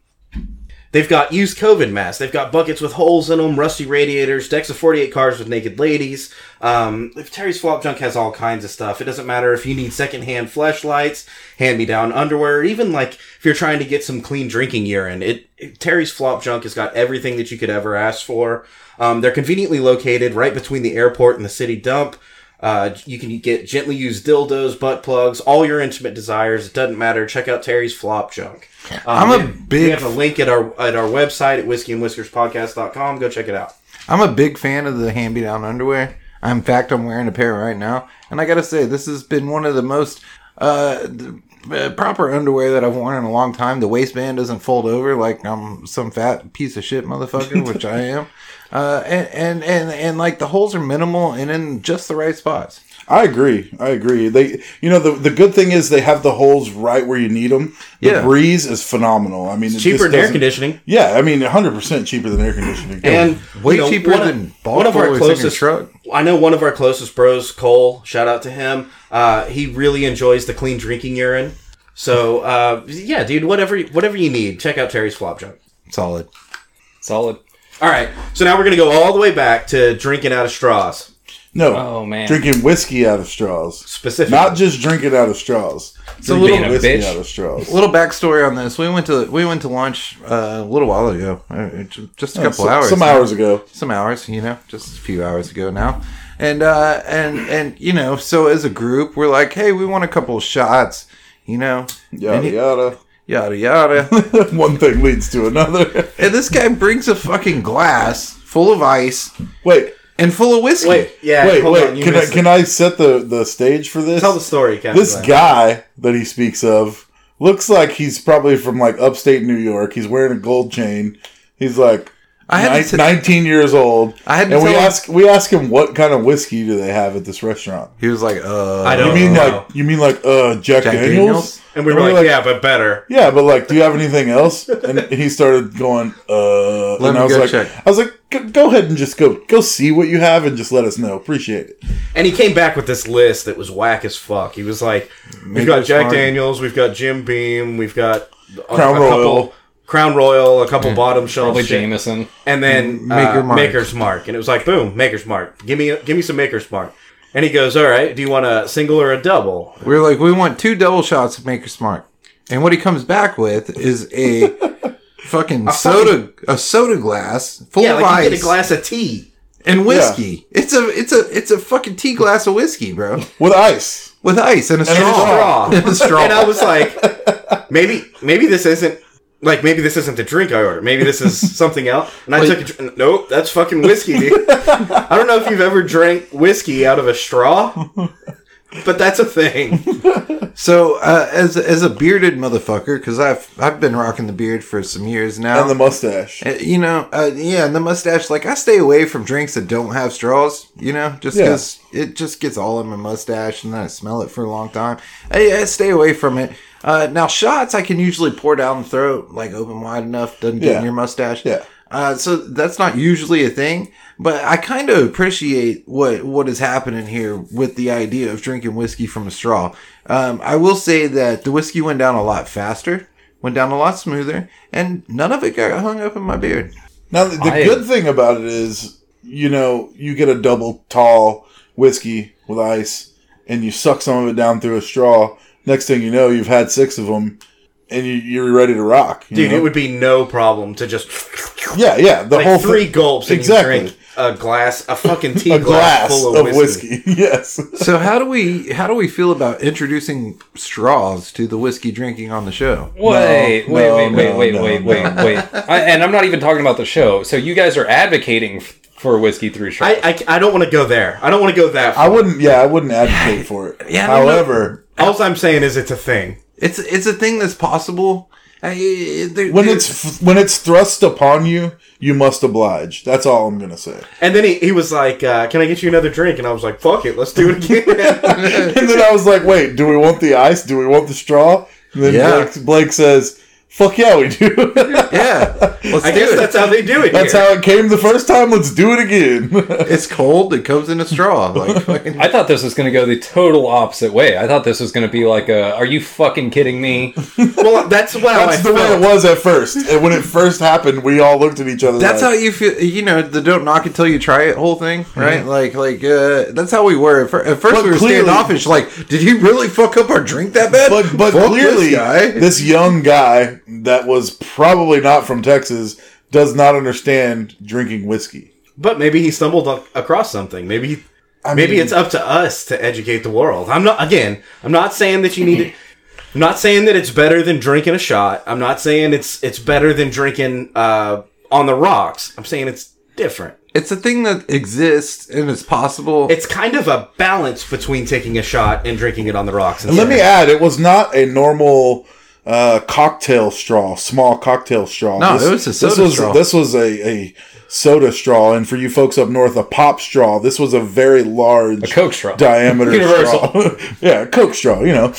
Speaker 3: They've got used COVID masks. They've got buckets with holes in them, rusty radiators, decks of 48 cars with naked ladies. Um, if Terry's Flop Junk has all kinds of stuff. It doesn't matter if you need secondhand flashlights, hand me down underwear, even like if you're trying to get some clean drinking urine. It, it- Terry's Flop Junk has got everything that you could ever ask for. Um, they're conveniently located right between the airport and the city dump. Uh, you can get gently used dildos, butt plugs, all your intimate desires. It doesn't matter. Check out Terry's Flop Junk. Um,
Speaker 2: I'm a
Speaker 3: we have-
Speaker 2: big
Speaker 3: We have a link at our at our website at whiskeyandwhiskerspodcast.com. Go check it out.
Speaker 2: I'm a big fan of the hand me down underwear. In fact, I'm wearing a pair right now. And I gotta say, this has been one of the most uh, th- uh, proper underwear that I've worn in a long time. The waistband doesn't fold over like I'm some fat piece of shit motherfucker, which I am. Uh, and, and, and, and like the holes are minimal and in just the right spots.
Speaker 4: I agree. I agree. They, you know, the, the good thing is they have the holes right where you need them. The
Speaker 2: Yeah.
Speaker 4: breeze is phenomenal. I mean, it
Speaker 3: Cheaper
Speaker 4: just
Speaker 3: than air
Speaker 4: doesn't-
Speaker 3: conditioning.
Speaker 4: Yeah, I mean, 100 percent cheaper than air conditioning.
Speaker 3: And
Speaker 2: Way
Speaker 3: you know,
Speaker 2: cheaper
Speaker 3: one of-
Speaker 2: than bulk boilers in your truck.
Speaker 3: I know one of our closest bros, Cole. Shout out to him. Uh, he really enjoys the clean drinking urine. So uh, yeah, dude, whatever whatever you need, check out Terry's Flop Junk.
Speaker 2: Solid.
Speaker 1: Solid.
Speaker 3: All right, so now we're gonna go all the way back to drinking out of straws.
Speaker 4: no,
Speaker 1: Oh, man.
Speaker 4: drinking whiskey out of straws,
Speaker 3: Specifically,
Speaker 4: not just drinking out of straws. It's
Speaker 2: a
Speaker 1: little- Being a
Speaker 4: whiskey
Speaker 1: bitch.
Speaker 4: out of straws.
Speaker 2: Little backstory on this: we went to we went to lunch uh, a little while ago, uh, ju- just a couple
Speaker 4: So-
Speaker 2: hours,
Speaker 4: Some hours ago.
Speaker 2: some hours, you know, just a few hours ago now. And uh and and you know, so as a group, we're like, hey, we want a couple of shots, you know,
Speaker 4: Yada yada.
Speaker 2: yada yada.
Speaker 4: One thing leads to another.
Speaker 2: and this guy brings a fucking glass full of ice
Speaker 4: Wait,
Speaker 2: and full of whiskey.
Speaker 3: wait, yeah,
Speaker 4: wait,
Speaker 3: hold
Speaker 4: wait.
Speaker 3: on, you
Speaker 4: can I
Speaker 3: missed it.
Speaker 4: can I set the the stage for this?
Speaker 3: tell the story, Captain?
Speaker 4: this guy that he speaks of looks like he's probably from like upstate New York. He's wearing a gold chain. He's like
Speaker 2: I had
Speaker 4: nine-
Speaker 2: to-
Speaker 4: nineteen years old.
Speaker 2: I had to
Speaker 4: and we
Speaker 2: tell him-
Speaker 4: ask we ask him what kind of whiskey do they have at this restaurant.
Speaker 2: He was like, uh,
Speaker 3: I
Speaker 4: You
Speaker 3: don't
Speaker 4: mean
Speaker 3: know.
Speaker 4: like you mean like uh Jack,
Speaker 2: Jack
Speaker 4: Daniels?
Speaker 2: Daniels?
Speaker 3: and we were like, yeah, but better.
Speaker 4: Yeah, but like, do you have anything else? And he started going, uh,
Speaker 2: Let
Speaker 4: and
Speaker 2: me
Speaker 4: I was
Speaker 2: go
Speaker 4: like,
Speaker 2: check.
Speaker 4: I was like, "Go- go ahead and just go, go see what you have and just let us know. Appreciate it.
Speaker 3: And he came back with this list that was whack as fuck. He was like,
Speaker 2: Make
Speaker 3: "We've got
Speaker 2: it
Speaker 3: Jack
Speaker 2: smart.
Speaker 3: Daniels, we've got Jim Beam, we've got a-
Speaker 4: Crown
Speaker 3: a
Speaker 4: Royal.
Speaker 3: couple, Crown Royal, a couple bottom shelf,
Speaker 1: Probably
Speaker 3: shit,
Speaker 1: Jameson.
Speaker 3: and then uh,
Speaker 2: Maker Mark.
Speaker 3: Maker's Mark." And it was like, "Boom, Maker's Mark. Give me, give me some Maker's Mark." And he goes, "All right, do you want a single or a double?"
Speaker 2: we were like, we want two double shots of Maker Smart. And what he comes back with is a fucking soda, a soda glass full
Speaker 3: Yeah,
Speaker 2: of
Speaker 3: like you
Speaker 2: ice
Speaker 3: get a glass of tea.
Speaker 2: and whiskey. It's a, it's a, it's a fucking tea glass of whiskey, bro.
Speaker 4: With ice.
Speaker 2: with ice and a straw.
Speaker 3: straw.
Speaker 2: And a straw.
Speaker 3: And I was like, maybe maybe this isn't Like maybe this isn't the drink I ordered. Maybe this is something else. And I took a drink. Nope, that's fucking whiskey, dude. I don't know if you've ever drank whiskey out of a straw, but that's a thing.
Speaker 2: So uh, as as a bearded motherfucker, because I've I've been rocking the beard for some years now.
Speaker 4: and the mustache.
Speaker 2: Uh, you know, uh, yeah, and the mustache. Like I stay away from drinks that don't have straws. You know, just
Speaker 4: Yeah.
Speaker 2: because it just gets all in my mustache, and then I smell it for a long time. I, I stay away from it. Uh, now shots, I can usually pour down the throat, like open wide enough, doesn't get
Speaker 4: Yeah.
Speaker 2: in your mustache.
Speaker 4: Yeah.
Speaker 2: Uh, so that's not usually a thing, but I kind of appreciate what what is happening here with the idea of drinking whiskey from a straw. Um, I will say that the whiskey went down a lot faster, went down a lot smoother, and none of it got hung up in my beard.
Speaker 4: Now, the, the
Speaker 1: I-
Speaker 4: good thing about it is, you know, you get a double tall whiskey with ice, and you suck some of it down through a straw. Next thing you know, you've had six of them, and you, you're ready to rock. you
Speaker 3: Dude,
Speaker 4: know?
Speaker 3: it would be no problem to just
Speaker 4: yeah, yeah, the
Speaker 3: like
Speaker 4: whole
Speaker 3: three
Speaker 4: thing,
Speaker 3: gulps and
Speaker 4: Exactly.
Speaker 3: you drink a glass, a fucking tea
Speaker 4: a
Speaker 3: glass,
Speaker 4: glass
Speaker 3: full
Speaker 4: of whiskey. yes,
Speaker 2: So how do we how do we feel about introducing straws to the whiskey drinking on the show?
Speaker 1: Wait,
Speaker 4: No,
Speaker 1: wait, wait,
Speaker 4: no,
Speaker 1: wait,
Speaker 4: no,
Speaker 1: wait,
Speaker 4: no,
Speaker 1: wait,
Speaker 4: no.
Speaker 1: wait, wait. I, and I'm not even talking about the show. So you guys are advocating f- for whiskey through show.
Speaker 3: I, I, I don't want to go there. I don't want to go that. Far.
Speaker 4: I wouldn't. Yeah, I wouldn't advocate for it.
Speaker 2: Yeah, I don't know.
Speaker 4: However,
Speaker 3: All I'm saying is it's a thing.
Speaker 2: It's it's a thing that's possible. I- I- there-
Speaker 4: when
Speaker 2: there-
Speaker 4: it's when it's thrust upon you, you must oblige. That's all I'm gonna say.
Speaker 3: And then he, he was like, uh, "Can I get you another drink?" And I was like, "Fuck it, let's do it again."
Speaker 4: and then I was like, wait, do we want the ice? Do we want the straw? And then
Speaker 2: Yeah.
Speaker 4: Blake, Blake says, fuck yeah, we do.
Speaker 2: yeah, let's
Speaker 3: I
Speaker 2: do
Speaker 3: guess
Speaker 2: it.
Speaker 3: that's how they do it.
Speaker 4: That's
Speaker 3: here.
Speaker 4: how it came the first time. Let's do it again.
Speaker 2: it's cold. It comes in a straw. Like fucking
Speaker 1: I thought this was going to go the total opposite way. I thought this was going to be like a, are you fucking kidding me?
Speaker 3: Well, that's what I
Speaker 4: That's the way it
Speaker 3: felt.
Speaker 4: was at first. And when it first happened, we all looked at each other.
Speaker 2: That's how
Speaker 4: like,
Speaker 2: you feel, you know, the don't knock until you try it whole thing, right? Like, like, uh, that's how we were. At, fir- at first,
Speaker 4: But
Speaker 2: we were
Speaker 4: clearly-
Speaker 2: standoffish, like, did he really fuck up our drink that bad?
Speaker 4: But but
Speaker 2: Fuck
Speaker 4: clearly,
Speaker 2: this guy.
Speaker 4: this, young guy that was probably not from Texas does not understand drinking whiskey.
Speaker 3: But maybe he stumbled ac- across something. Maybe he,
Speaker 4: I
Speaker 3: maybe
Speaker 4: mean-
Speaker 3: it's up to us to educate the world. I'm not again. I'm not saying that you need to. I'm not saying that it's better than drinking a shot. I'm not saying it's it's better than drinking uh, on the rocks. I'm saying it's different.
Speaker 2: it's a thing that exists and it's possible.
Speaker 3: It's kind of a balance between taking a shot and drinking it on the rocks.
Speaker 4: And let me add, it was not a normal uh, cocktail straw, small cocktail straw.
Speaker 2: No, it was a
Speaker 4: this
Speaker 2: soda
Speaker 4: was,
Speaker 2: straw.
Speaker 4: This was a, a soda straw, and for you folks up north, a pop straw. This was a very large
Speaker 1: Coke straw.
Speaker 4: diameter
Speaker 1: Universal.
Speaker 4: straw. yeah, Coke straw, you know.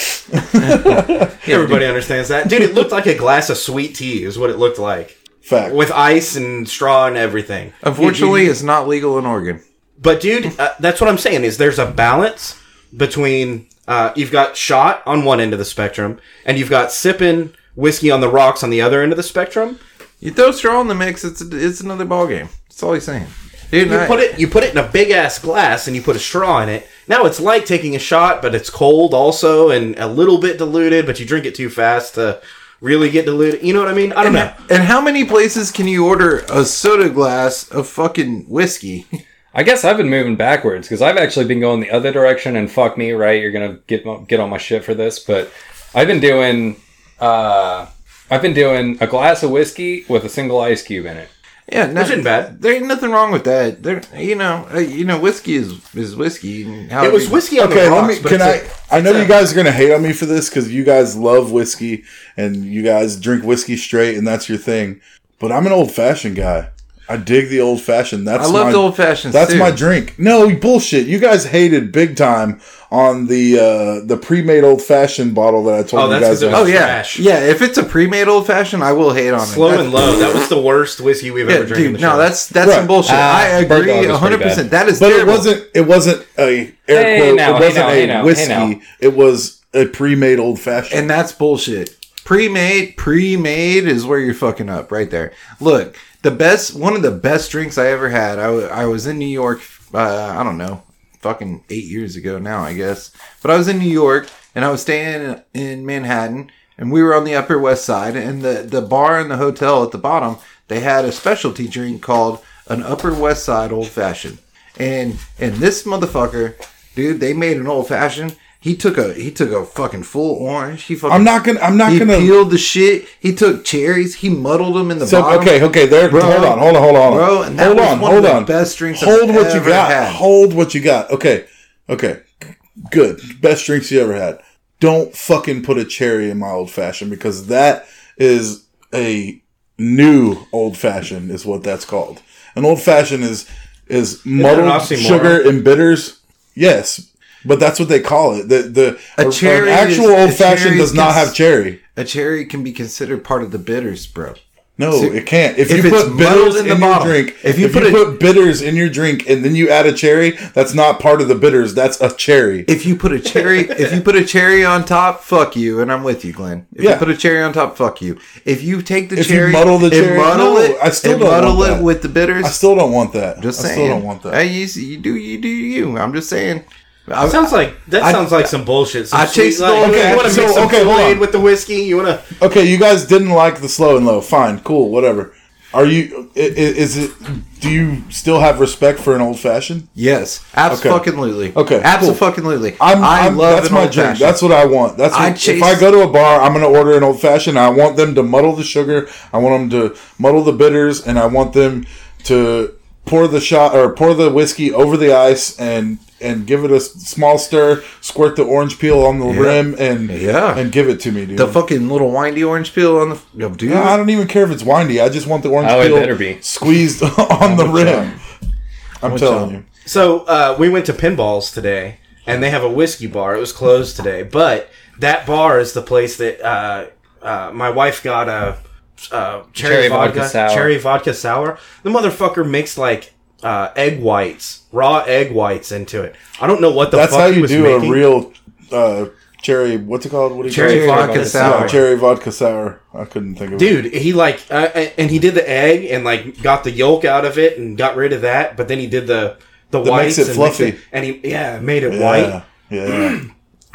Speaker 3: Everybody understands that, dude. It looked like a glass of sweet tea, is what it looked like,
Speaker 4: Fact.
Speaker 3: with ice and straw and everything.
Speaker 2: Unfortunately, it's not legal in Oregon.
Speaker 3: But dude, uh, that's what I'm saying is there's a balance between uh, you've got shot on one end of the spectrum and you've got sipping whiskey on the rocks on the other end of the spectrum.
Speaker 2: You throw straw in the mix, it's it's another ball game. That's all he's saying. Dude,
Speaker 3: You
Speaker 2: I-
Speaker 3: put it you put it in a big ass glass and you put a straw in it. Now it's like taking a shot, but it's cold also and a little bit diluted, but you drink it too fast to really get diluted. You know what I mean? I don't know.
Speaker 2: and how many places can you order a soda glass of fucking whiskey?
Speaker 1: I guess I've been moving backwards because I've actually been going the other direction. And fuck me, right? You're gonna get my- get on my shit for this, but I've been doing uh, I've been doing a glass of whiskey with a single ice cube in it.
Speaker 2: Yeah, no,
Speaker 3: Which isn't bad.
Speaker 2: There ain't nothing wrong with that. There, you know, uh, you know, whiskey is is whiskey. and how
Speaker 3: It was whiskey on
Speaker 4: Okay,
Speaker 3: the
Speaker 4: let
Speaker 3: rocks.
Speaker 4: me.
Speaker 3: but
Speaker 4: Can
Speaker 3: it's a-
Speaker 4: I? I know you guys are gonna hate on me for this because you guys love whiskey and you guys drink whiskey straight, and that's your thing. But I'm an old fashioned guy. I dig the old fashioned. That's
Speaker 2: I love
Speaker 4: my-
Speaker 2: the old fashions.
Speaker 4: That's
Speaker 2: too.
Speaker 4: my drink. No bullshit. You guys hated big time on the uh, the pre-made old fashioned bottle that I told
Speaker 3: Oh,
Speaker 4: you
Speaker 3: that's 'cause
Speaker 4: guys.
Speaker 3: it
Speaker 4: about.
Speaker 2: Oh yeah,
Speaker 3: Trash.
Speaker 2: yeah. If it's a pre-made old fashioned, I will hate on it.
Speaker 3: Slow
Speaker 2: That's-
Speaker 3: and low. That was the worst whiskey we've
Speaker 2: Yeah,
Speaker 3: ever drank. in the
Speaker 2: dude. No,
Speaker 3: show.
Speaker 2: that's that's
Speaker 4: Right.
Speaker 2: some bullshit.
Speaker 1: Ah,
Speaker 2: I
Speaker 1: Bird Dog was
Speaker 2: agree
Speaker 1: pretty
Speaker 2: hundred percent. That is.
Speaker 4: but
Speaker 2: oh, terrible.
Speaker 4: it wasn't. It wasn't a air
Speaker 1: Hey,
Speaker 4: quote.
Speaker 1: now,
Speaker 4: it
Speaker 1: hey,
Speaker 4: wasn't
Speaker 1: now,
Speaker 4: a
Speaker 1: hey, now, hey,
Speaker 4: whiskey.
Speaker 1: now.
Speaker 4: It was a pre-made old fashioned.
Speaker 2: and that's bullshit. Pre-made, pre-made is where you're fucking up right there. Look, the best, one of the best drinks I ever had. I, w- I was in New York. Uh, I don't know, fucking eight years ago now, I guess. But I was in New York and I was staying in, in Manhattan, and we were on the Upper West Side, and the the bar and the hotel at the bottom they had a specialty drink called an Upper West Side Old Fashioned, and and this motherfucker, dude, they made an old fashioned. He took a he took a fucking full orange. He fucking
Speaker 4: I'm not gonna. I'm not
Speaker 2: he
Speaker 4: gonna.
Speaker 2: peeled the shit. He took cherries. He muddled them in the
Speaker 4: So,
Speaker 2: bottom.
Speaker 4: okay, okay, there.
Speaker 2: Bro.
Speaker 4: hold on, hold on, hold on,
Speaker 2: Bro, and that
Speaker 4: hold
Speaker 2: was
Speaker 4: on,
Speaker 2: one of
Speaker 4: hold
Speaker 2: the
Speaker 4: on.
Speaker 2: best drinks I've
Speaker 4: Hold what you
Speaker 2: ever
Speaker 4: got.
Speaker 2: had.
Speaker 4: Hold what you got. Okay, okay, good. Best drinks you ever had. Don't fucking put a cherry in my old fashioned because that is a new old fashioned. Is what that's called. An old fashioned is is muddled
Speaker 3: oxymoron?
Speaker 4: sugar and bitters. Yes, but that's what they call it. The the
Speaker 2: A cherry
Speaker 4: an actual
Speaker 2: is- a
Speaker 4: old fashioned
Speaker 2: cherry
Speaker 4: does not
Speaker 2: is-
Speaker 4: have cherry.
Speaker 2: A cherry can be considered part of the bitters, bro.
Speaker 4: No,
Speaker 2: So-
Speaker 4: it can't. If,
Speaker 2: if
Speaker 4: you
Speaker 2: it's
Speaker 4: put
Speaker 2: muddled
Speaker 4: bitters
Speaker 2: in
Speaker 4: in,
Speaker 2: the
Speaker 4: your
Speaker 2: bottle,
Speaker 4: drink,
Speaker 2: if
Speaker 4: if
Speaker 2: you
Speaker 4: you,
Speaker 2: put
Speaker 4: put,
Speaker 2: it-
Speaker 4: bitters in your drink and then you add a cherry, that's not part of the bitters. That's a cherry.
Speaker 2: If you put a cherry, if you put a cherry on top, fuck you. And I'm with you, Glenn. If you
Speaker 4: Yeah.
Speaker 2: put a cherry on top, fuck you. If you take the
Speaker 4: If you
Speaker 2: cherry,
Speaker 4: muddle the
Speaker 2: and
Speaker 4: cherry-
Speaker 2: muddle
Speaker 4: No,
Speaker 2: it,
Speaker 4: I still
Speaker 2: and
Speaker 4: don't
Speaker 2: muddle
Speaker 4: want
Speaker 2: it
Speaker 4: that.
Speaker 2: with the bitters.
Speaker 4: I still don't want that.
Speaker 2: just
Speaker 4: I
Speaker 2: saying,
Speaker 4: still don't want that.
Speaker 2: Hey, you, s- you do, you do, you. I'm just saying. I,
Speaker 3: Sounds like that sounds like some bullshit. Some
Speaker 2: I chased
Speaker 3: sweet,
Speaker 2: the-
Speaker 3: like, okay,
Speaker 2: okay,
Speaker 3: you want to
Speaker 4: so-
Speaker 3: mix some
Speaker 4: okay, hold
Speaker 3: Kool-Aid
Speaker 4: on.
Speaker 3: with the whiskey. You want to
Speaker 4: Okay, you guys didn't like the slow and low. Fine, cool, whatever. Are you? i- i- Is it? Do you still have respect for an old fashioned?
Speaker 2: yes, absolutely.
Speaker 4: Okay, cool.
Speaker 2: absolutely.
Speaker 4: I'm,
Speaker 2: I
Speaker 4: I'm-
Speaker 2: love
Speaker 4: that's
Speaker 2: an
Speaker 4: my
Speaker 2: old
Speaker 4: drink.
Speaker 2: fashioned.
Speaker 4: That's what I want. That's
Speaker 2: I
Speaker 4: what,
Speaker 2: chase-
Speaker 4: if I go to a bar, I'm gonna order an old fashioned. I want them to muddle the sugar. I want them to muddle the bitters, and I want them to pour the shot or pour the whiskey over the ice and and give it a s- small stir. Squirt the orange peel on the rim and
Speaker 2: Yeah.
Speaker 4: and give it to me, dude.
Speaker 2: the fucking little windy orange peel on the no, dude.
Speaker 4: I don't even care if it's windy. I just want the orange
Speaker 1: Oh, it
Speaker 4: peel
Speaker 1: better be.
Speaker 4: squeezed on the rim. I'm telling you.
Speaker 3: So uh, we went to Pinballs today, and they have a whiskey bar. It was closed today, but that bar is the place that uh, uh, my wife got a, uh cherry,
Speaker 1: Cherry
Speaker 3: vodka,
Speaker 1: vodka sour.
Speaker 3: cherry vodka sour. The motherfucker mixed like uh, egg whites, raw egg whites into it. I don't know what the
Speaker 4: That's
Speaker 3: fuck
Speaker 4: how
Speaker 3: he
Speaker 4: you
Speaker 3: was
Speaker 4: do
Speaker 3: making.
Speaker 4: a real uh, cherry. What's it called? What do you
Speaker 3: Cherry
Speaker 4: call it?
Speaker 3: vodka
Speaker 4: Yeah, cherry vodka sour. I couldn't think of it.
Speaker 3: Dude, he like uh, uh, and he did the egg and like got the yolk out of it and got rid of that, but then he did the the whites
Speaker 4: makes it
Speaker 3: and
Speaker 4: fluffy.
Speaker 3: and he yeah made it white.
Speaker 4: Yeah, yeah.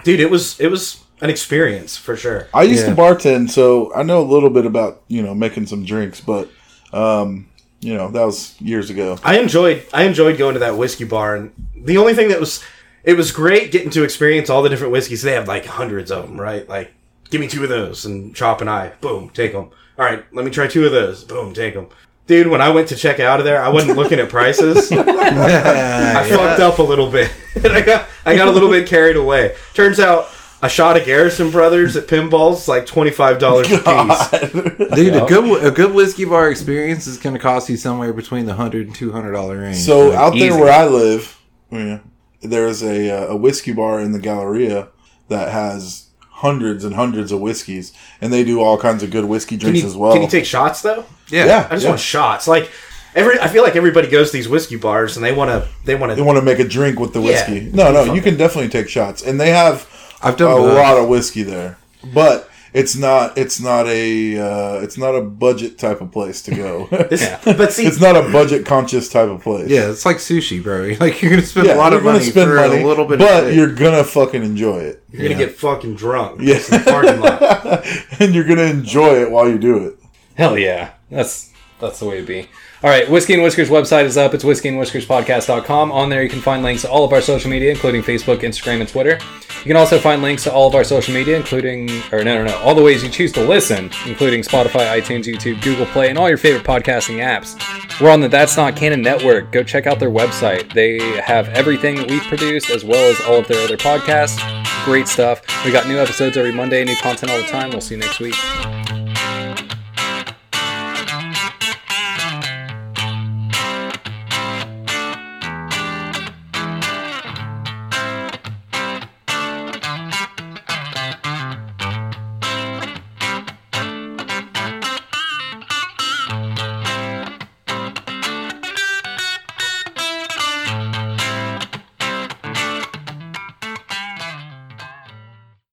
Speaker 3: dude it was it was an experience for sure
Speaker 4: I used to bartend, so I know a little bit about you know making some drinks, but um, you know that was years ago.
Speaker 3: i enjoyed i enjoyed going to that whiskey bar and the only thing that was it was great getting to experience all the different whiskeys they have like hundreds of them right like give me two of those and chop an eye boom take them all right let me try two of those boom take them dude when i went to check out of there i wasn't looking at prices I fucked up a little bit. I got I got a little bit carried away. Turns out a shot of Garrison Brothers at Pinballs is like twenty five dollars a piece.
Speaker 2: Dude, a good a good whiskey bar experience is going to cost you somewhere between the hundred and two hundred dollar range.
Speaker 4: So out
Speaker 1: easy.
Speaker 4: there where I live, yeah, there is a uh, a whiskey bar in the Galleria that has hundreds and hundreds of whiskeys, and they do all kinds of good whiskey
Speaker 3: Can
Speaker 4: drinks
Speaker 3: you-
Speaker 4: as well.
Speaker 3: can you take shots though?
Speaker 2: yeah,
Speaker 4: yeah,
Speaker 3: I just
Speaker 4: yeah.
Speaker 3: want shots. Like every, I feel like everybody goes to these whiskey bars and they want to. They want
Speaker 4: they
Speaker 3: to.
Speaker 4: want to make a drink with the
Speaker 3: Yeah.
Speaker 4: whiskey. No, no, you can definitely take shots, and they have
Speaker 2: I've done
Speaker 4: a
Speaker 2: both.
Speaker 4: lot of whiskey there, but it's not it's not a uh, it's not a budget type of place to go.
Speaker 3: But see,
Speaker 4: it's not a budget conscious type of place.
Speaker 2: yeah, it's like sushi, bro. Like you're going to spend
Speaker 4: Yeah,
Speaker 2: a lot
Speaker 4: you're
Speaker 2: of
Speaker 4: gonna
Speaker 2: money for a little bit,
Speaker 4: but
Speaker 2: of shit.
Speaker 4: you're gonna fucking enjoy it,
Speaker 3: you're gonna get fucking drunk.
Speaker 4: Yeah.
Speaker 3: in the parking lot.
Speaker 4: and you're gonna enjoy it while you do it.
Speaker 1: Hell yeah. That's that's the way to be. All right, Whiskey and Whiskers website is up. It's whiskeyandwhiskerspodcast.com. On there, you can find links to all of our social media, including Facebook, Instagram, and Twitter. You can also find links to all of our social media, including, or no, no, no, all the ways you choose to listen, including Spotify, iTunes, YouTube, Google Play, and all your favorite podcasting apps. We're on the That's Not Canon Network. Go check out their website. They have everything that we've produced, as well as all of their other podcasts. Great stuff. We got new episodes every Monday, new content all the time. We'll see you next week.